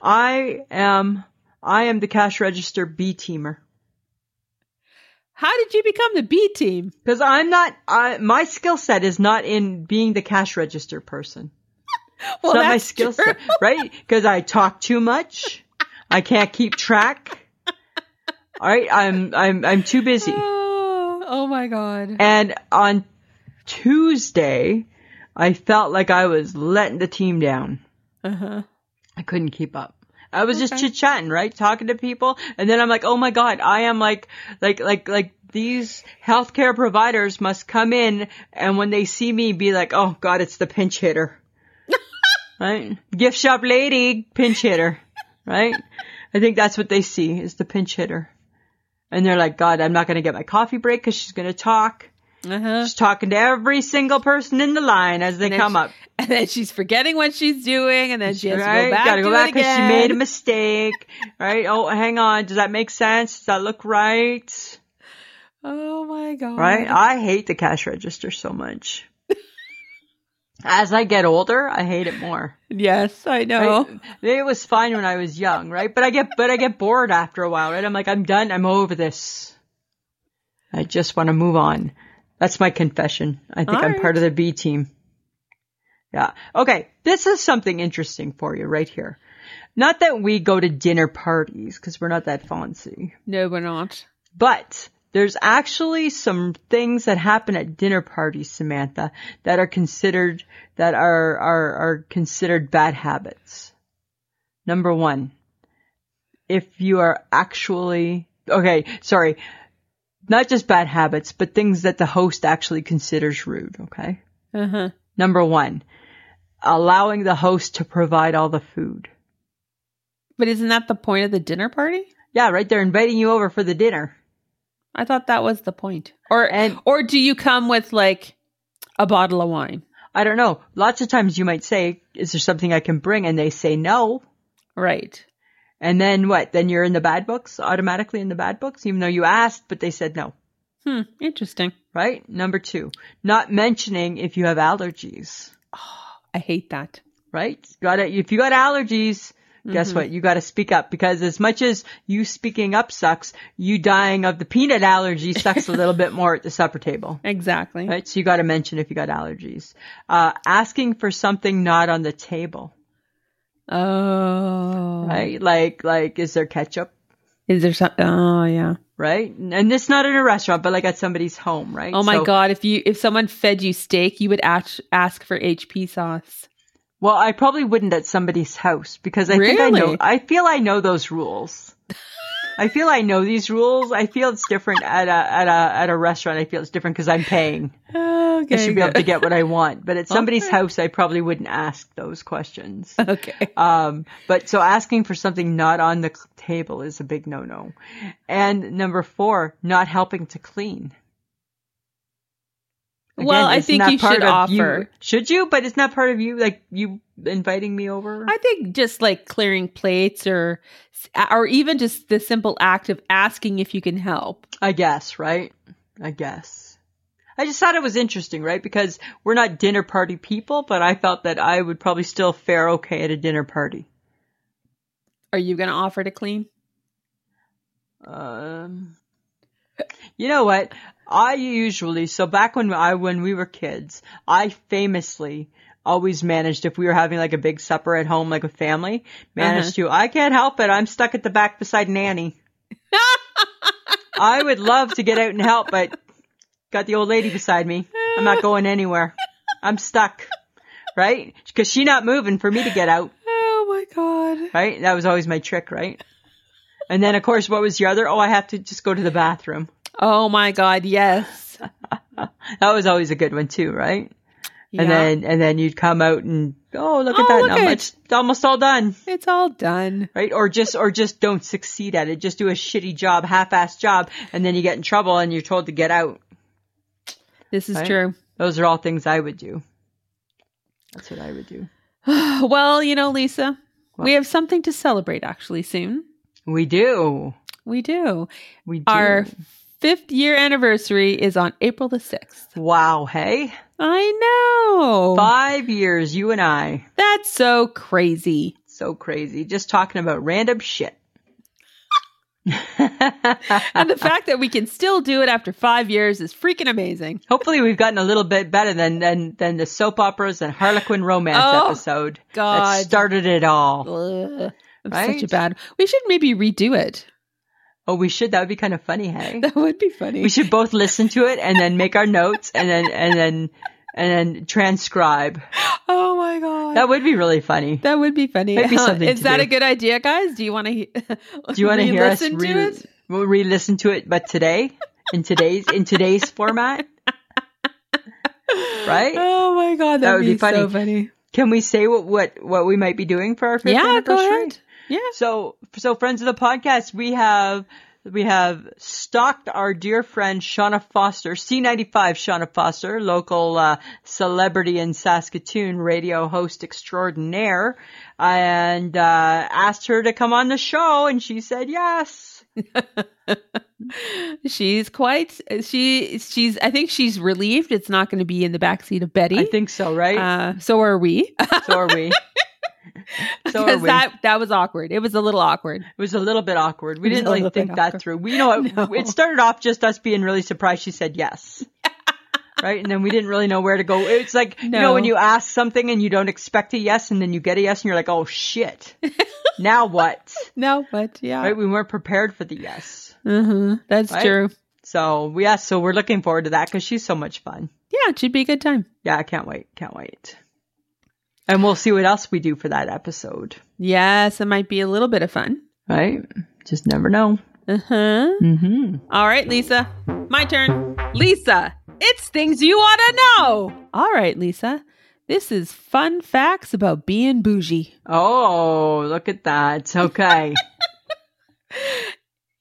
S2: I am. I am the cash register B teamer.
S1: How did you become the B team?
S2: Because I'm not, I, my skill set is not in being the cash register person.
S1: Well,
S2: it's not my
S1: that's
S2: skill
S1: true.
S2: set, right? Because I talk too much. I can't keep track. All right, I'm I'm I'm too busy.
S1: Oh, oh my god.
S2: And on Tuesday, I felt like I was letting the team down.
S1: Uh-huh.
S2: I couldn't keep up. I was just
S1: Okay.
S2: chit chatting, right? Talking to people. And then I'm like, oh my God, I am like, like, like, like these healthcare providers must come in and when they see me be like, oh God, it's the pinch hitter. right? Gift shop lady, pinch hitter. Right? I think that's what they see is the pinch hitter. And they're like, God, I'm not going to get my coffee break because she's going to talk.
S1: Uh-huh.
S2: She's talking to every single person in the line as they
S1: then
S2: come
S1: she-
S2: up.
S1: And then she's forgetting what she's doing, and then she has to go back.
S2: Gotta go
S1: to
S2: back
S1: it
S2: she made a
S1: again.
S2: mistake. right? Oh, hang on. Does that make sense? Does that look right? Mm-hmm.
S1: Oh my god.
S2: Right? I hate the cash register so much. As I get older, I hate it more.
S1: Yes, I know.
S2: Right? It was fine when I was young, right? But I get but I get bored after a while, right? I'm like, I'm done. I'm over this. I just want to move on. That's my confession. I think I'm
S1: Alright.
S2: part of the B team. Yeah. Okay. This is something interesting for you right here. Not that we go to dinner parties because we're not that fancy,
S1: No, we're not.
S2: but there's actually some things that happen at dinner parties, Samantha, that are considered that are are are considered bad habits. Number one, if you are actually okay, sorry, not just bad habits, but things that the host actually considers rude. Okay,
S1: Uh-huh.
S2: number one, allowing the host to provide all the food.
S1: But isn't that the point of the dinner party?
S2: Yeah, right. They're inviting you over for the dinner.
S1: I thought that was the point. Or
S2: And-
S1: or do you come with like a bottle of wine?
S2: I don't know. Lots of times you might say, is there something I can bring? And they say no.
S1: Right.
S2: And then what? Then you're in the bad books, automatically in the bad books, even though you asked, but they said no,
S1: Hmm. Interesting.
S2: right? Number two, not mentioning if you have allergies,
S1: I hate that.
S2: right? Got to If you got allergies, guess what? You got to speak up because as much as you speaking up sucks, you dying of the peanut allergy sucks a little bit more at the supper table.
S1: Exactly.
S2: Right, so you got to mention if you got allergies. Uh, asking for something not on the table.
S1: Oh.
S2: right? Like, like, is there ketchup?
S1: Is there something? Oh yeah.
S2: Right? And it's not in a restaurant, but like at somebody's home, right?
S1: Oh my
S2: So-
S1: god! If you if someone fed you steak, you would ask ask for HP sauce.
S2: Well, I probably wouldn't at somebody's house because I think I know,
S1: Really?
S2: I feel I know those rules. I feel I know these rules. I feel it's different at a, at a, at a restaurant. I feel it's different because I'm paying.
S1: Okay.
S2: I should be able to get what I want. But at somebody's
S1: Okay.
S2: house, I probably wouldn't ask those questions.
S1: okay.
S2: Um, but so asking for something not on the c- table is a big no-no. And number four, not helping to clean.
S1: well, I
S2: isn't
S1: think
S2: that
S1: you
S2: part
S1: should
S2: of
S1: offer.
S2: you- should you? But it's not part of you, like you inviting me over.
S1: I think just like clearing plates or or even just the simple act of asking if you can help.
S2: I guess, right? I guess. I just thought it was interesting, right? Because we're not dinner party people, but I felt that I would probably still fare okay at a dinner party.
S1: Are you going to offer to clean?
S2: Um, you know what? I usually, so back when I, when we were kids, I famously always managed if we were having like a big supper at home, like a family, managed to, I can't help it. I'm stuck at the back beside Nanny. I would love to get out and help, but got the old lady beside me. I'm not going anywhere. I'm stuck. Right? Cause she not moving for me to get out.
S1: Oh my god.
S2: Right? That was always my trick, right? And then of course, what was your other? Oh, I have to just go to the bathroom.
S1: Oh my god, yes.
S2: That was always a good one too, right?
S1: Yeah.
S2: And then, and then you'd come out and, oh, look
S1: Oh,
S2: at that.
S1: look
S2: now.
S1: at-
S2: It's almost all done.
S1: it's all done.
S2: right? Or just or just don't succeed at it. Just do a shitty job, half-ass job, and then you get in trouble and you're told to get out.
S1: This is
S2: Right?
S1: true.
S2: Those are all things I would do. That's what I would do.
S1: well, you know, Lisa, we
S2: What?
S1: have something to celebrate actually soon.
S2: We do.
S1: We do.
S2: We do.
S1: Our fifth year anniversary is on April the 6th.
S2: wow, hey.
S1: I know.
S2: 5 years you and I.
S1: That's so crazy.
S2: So crazy. Just talking about random shit.
S1: And the fact that we can still do it after five years is freaking amazing.
S2: Hopefully we've gotten a little bit better than than than the soap operas and Harlequin romance
S1: Oh,
S2: episode that
S1: God.
S2: started it all.
S1: Ugh. I'm such a
S2: Right?
S1: bad. We should maybe redo it.
S2: Oh, we should. That would be kind of funny, hey?
S1: That would be funny.
S2: We should both listen to it and then make our notes and then and then and then transcribe.
S1: oh my god.
S2: That would be really funny.
S1: That would be funny.
S2: That'd be something
S1: Is
S2: to
S1: that
S2: do.
S1: a good idea, guys? Do you want to? He- Do
S2: Do you want to hear us
S1: listen
S2: re-
S1: to it?
S2: We'll re-listen to it, but today in today's in today's format, right?
S1: Oh my god, that would be,
S2: funny.
S1: so funny.
S2: Can we say what what what we might be doing for our fifth
S1: Yeah,
S2: anniversary?
S1: go ahead. Yeah.
S2: So so friends of the podcast, we have we have stalked our dear friend Shauna Foster, C95 Shauna Foster, local uh, celebrity in Saskatoon, radio host extraordinaire, and uh, asked her to come on the show, and she said yes.
S1: She's quite. She. She's. I think she's relieved. It's not going to be in the backseat of Betty.
S2: I think so, right?
S1: Uh, so are we?
S2: so are we. So are
S1: Because
S2: we.
S1: that that was awkward. It was a little awkward.
S2: It was a little bit awkward. We
S1: It was
S2: didn't
S1: a
S2: really
S1: little bit
S2: think that
S1: awkward.
S2: through. We, you know, it,
S1: No.
S2: it started off just us being really surprised she said yes. right? And then we didn't really know where to go. It's like, you know, when
S1: No.
S2: you ask something and you don't expect a yes and then you get a yes and you're like, oh shit. now what?
S1: No, but yeah,
S2: Right? We weren't prepared for the yes.
S1: Mhm. that's
S2: Right?
S1: true.
S2: So, yes, so we're looking forward to that because she's so much fun.
S1: Yeah, it should be a good time.
S2: Yeah, I can't wait. Can't wait. And we'll see what else we do for that episode.
S1: Yes, it might be a little bit of fun.
S2: Right? Just never know.
S1: Uh huh.
S2: hmm.
S1: All right, Lisa. My turn. Lisa, it's things you want to know. All right, Lisa. This is fun facts about being bougie.
S2: Oh, look at that. Okay.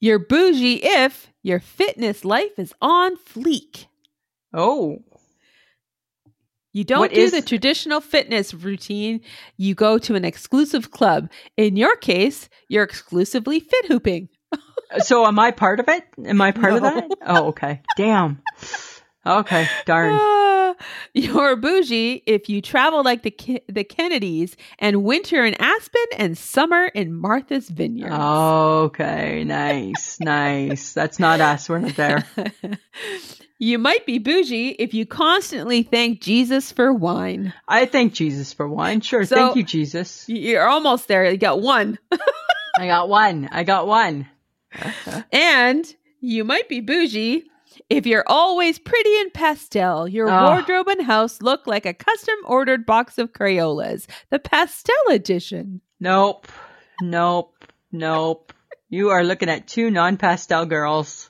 S1: You're bougie if your fitness life is on fleek.
S2: oh,
S1: You don't
S2: What
S1: do
S2: is-
S1: the traditional fitness routine. You go to an exclusive club. In your case, you're exclusively fit hooping.
S2: so am I part of it? Am I part of
S1: No.
S2: that? Oh, okay. Damn. Okay. Darn.
S1: Ah, you're bougie if you travel like the Ke- the Kennedys and winter in Aspen and summer in Martha's Vineyard.
S2: Oh, Okay. Nice. Nice. That's not us. We're not there.
S1: you might be bougie if you constantly thank Jesus for wine.
S2: I thank Jesus for one. Sure.
S1: So-
S2: thank you, Jesus.
S1: Y- You're almost there. You got one.
S2: I got one. I got one.
S1: And you might be bougie if you're always pretty in pastel. Your
S2: Oh.
S1: wardrobe and house look like a custom ordered box of Crayolas, the pastel edition.
S2: Nope. Nope. Nope. You are looking at two non pastel girls.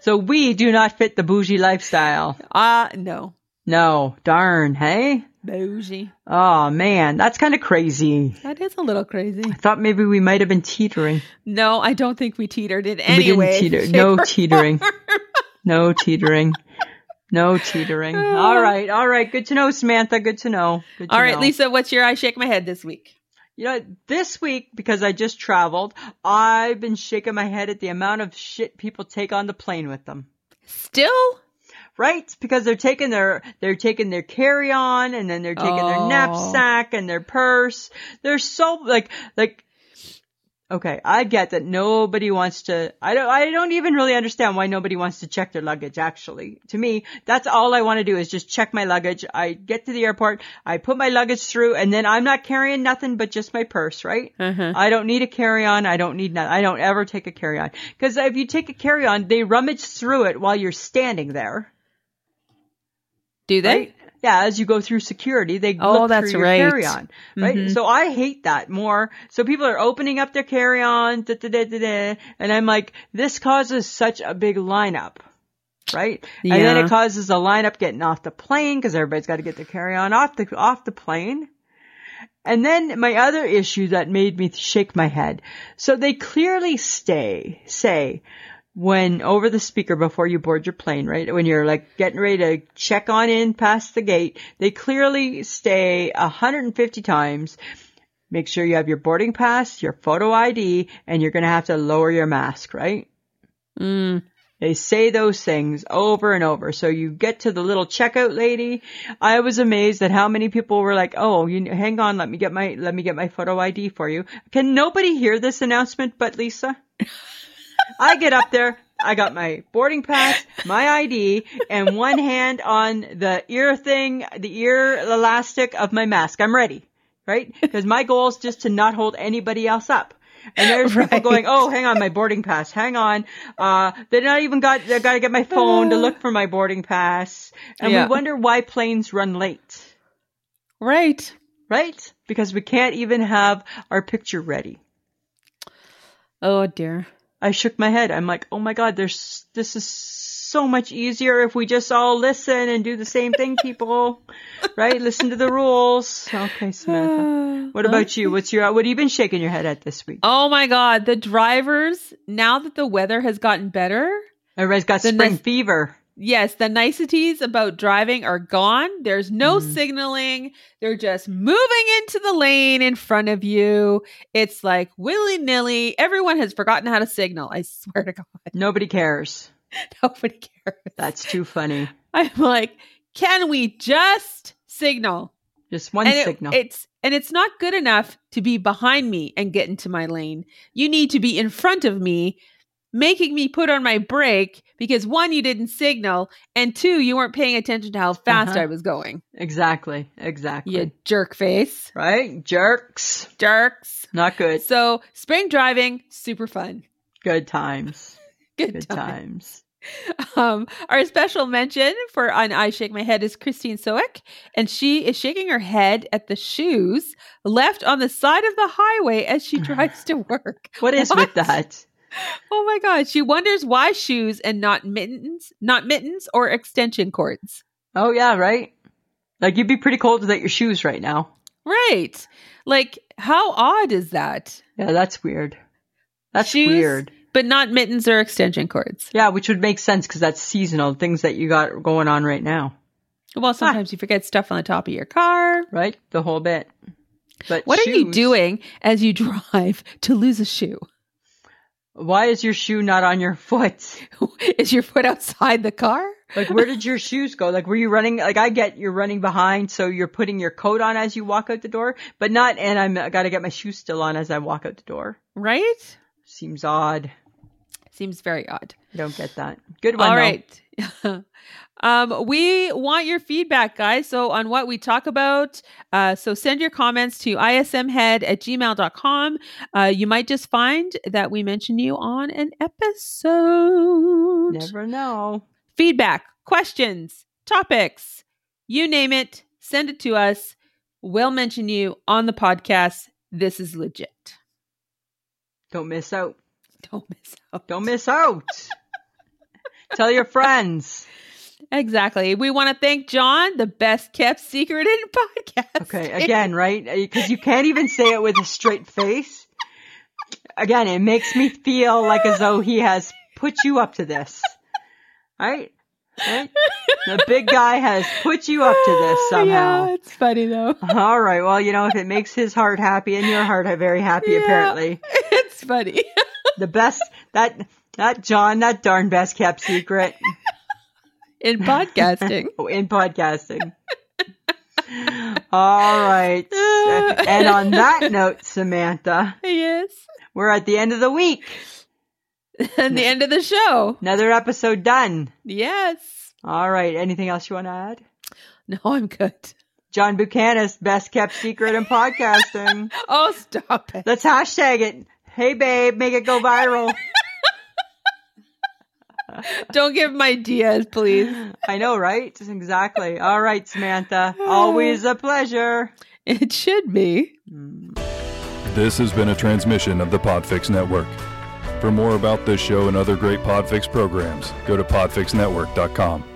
S2: so we do not fit the bougie lifestyle.
S1: Ah, no.
S2: No. Darn. Hey?
S1: Bougie.
S2: Oh man, that's kind of crazy.
S1: That is a little crazy.
S2: I thought maybe we might have been teetering.
S1: No, I don't think we teetered in any
S2: we
S1: way.
S2: didn't teeter.
S1: shape,
S2: No
S1: or
S2: teetering.
S1: form.
S2: No teetering. No teetering. All right, all right. Good to know, Samantha. Good to know. Good to
S1: All right,
S2: know.
S1: Lisa, what's your I shake my head this week?
S2: You know, this week because I just traveled, I've been shaking my head at the amount of shit people take on the plane with them.
S1: Still?
S2: Right? Because they're taking their they're taking their carry on and then they're taking
S1: Oh.
S2: their knapsack and their purse. They're so like like Okay, I get that nobody wants to. I don't. I don't even really understand why nobody wants to check their luggage. Actually, to me, that's all I want to do is just check my luggage. I get to the airport, I put my luggage through, and then I'm not carrying nothing but just my purse, right?
S1: Uh-huh.
S2: I don't need a carry on. I don't need nothing. I don't ever take a carry on because if you take a carry on, they rummage through it while you're standing there.
S1: Do they?
S2: Right? Yeah, as you go through security, they
S1: Oh,
S2: look
S1: that's
S2: through
S1: right.
S2: your carry-on, right?
S1: Mhm.
S2: So I hate that more. So people are opening up their carry-on, da, da, da, da, da, and I'm like, this causes such a big lineup, right? And then
S1: Yeah.
S2: it causes a lineup getting off the plane because everybody's got to get their carry-on off the off the plane. And then my other issue that made me shake my head. So they clearly stay say when over the speaker before you board your plane, right? When you're like getting ready to check on in past the gate, they clearly stay 150 times. Make sure you have your boarding pass, your photo ID, and you're going to have to lower your mask, right?
S1: Mm.
S2: They say those things over and over. So you get to the little checkout lady. I was amazed at how many people were like, "Oh, you hang on, let me get my let me get my photo ID for you." Can nobody hear this announcement but Lisa? I get up there. I got my boarding pass, my ID, and one hand on the ear thing, the ear elastic of my mask. I'm ready, right? Because my goal is just to not hold anybody else up. And there's people
S1: Right.
S2: going, oh, hang on, my boarding pass. Hang on. Uh, they're not even got, they got to get my phone to look for my boarding pass. And
S1: Yeah.
S2: we wonder why planes run late,
S1: Right.
S2: right? Because we can't even have our picture ready.
S1: Oh dear.
S2: I shook my head. I'm like, oh my God, there's, this is so much easier if we just all listen and do the same thing, people. right? Listen to the rules. Okay,
S1: Uh,
S2: Samantha. What about you? What's your, what have you been shaking your head at this week?
S1: Oh my God. The drivers, now that the weather has gotten better,
S2: Everybody's got
S1: The
S2: spring
S1: next-
S2: fever.
S1: yes, the niceties about driving are gone. There's no
S2: Mhm.
S1: signaling. They're just moving into the lane in front of you. It's like willy nilly. Everyone has forgotten how to signal. I swear to God,
S2: Nobody cares.
S1: nobody cares.
S2: That's too funny.
S1: I'm like, can we just signal?
S2: Just one
S1: and it-
S2: signal.
S1: it's and it's not good enough to be behind me and get into my lane. You need to be in front of me, making me put on my brake because one, you didn't signal, and two, you weren't paying attention to how fast
S2: Uh-huh.
S1: I was going.
S2: exactly. Exactly.
S1: You jerk face,
S2: Right? Jerks.
S1: jerks.
S2: Not good.
S1: So spring driving, super fun.
S2: Good times.
S1: Good,
S2: Good
S1: time.
S2: times.
S1: Um, our special mention for on I Shake My Head is Christine Soek, and she is shaking her head at the shoes left on the side of the highway as she drives to work.
S2: What is
S1: What?
S2: with that?
S1: Oh my god, she wonders why shoes and not mittens, not mittens or extension cords.
S2: Oh yeah, right? Like you'd be pretty cold without your shoes right now.
S1: Right. Like how odd is that?
S2: Yeah, that's weird. That's
S1: Shoes?
S2: weird.
S1: But not mittens or extension cords.
S2: Yeah, which would make sense because that's seasonal things that you got going on right now,
S1: Well, sometimes you forget stuff on the top of your car.
S2: right? The whole bit. But
S1: What are you
S2: shoes-
S1: doing as you drive to lose a shoe?
S2: Why is your shoe not on your foot?
S1: Is your foot outside the car?
S2: Like, where did your shoes go? Like, were you running? Like, I get you're running behind, so you're putting your coat on as you walk out the door, but not, and I'm, I gotta get my shoes still on as I walk out the door.
S1: Right?
S2: Seems odd.
S1: Seems very odd.
S2: I don't get that. Good one.
S1: All
S2: though.
S1: right. um, we want your feedback, guys. So, on what we talk about, uh, so send your comments to ismhead at gmail.com. Uh, you might just find that we mention you on an episode.
S2: Never know.
S1: Feedback, questions, topics, you name it, send it to us. We'll mention you on the podcast. This is legit.
S2: Don't miss out.
S1: Don't miss out.
S2: Don't miss out. Tell your friends.
S1: Exactly. We want to thank John, the best kept secret in podcast.
S2: Okay, again, right? Because you can't even say it with a straight face. Again, it makes me feel like as though he has put you up to this. Right? Right? The big guy has put you up to this somehow.
S1: Yeah, it's funny though.
S2: All right. Well, you know, if it makes his heart happy and your heart are very happy,
S1: Yeah.
S2: apparently.
S1: It's funny.
S2: The best, that, that John, that darn best kept secret
S1: In podcasting.
S2: in podcasting. All right. And on that note, Samantha,
S1: yes.
S2: We're at the end of the week.
S1: and the end of the show.
S2: Another episode done.
S1: Yes.
S2: All right. Anything else you want to add?
S1: No, I'm good.
S2: John Buchanan, best kept secret in podcasting.
S1: Oh, stop it.
S2: Let's hashtag it. Hey, babe, make it go viral.
S1: Don't give my ideas, please.
S2: I know, right? Exactly. All right, Samantha. Always a pleasure.
S1: It should be.
S3: This has been a transmission of the Podfix Network. For more about this show and other great Podfix programs, go to podfixnetwork.com.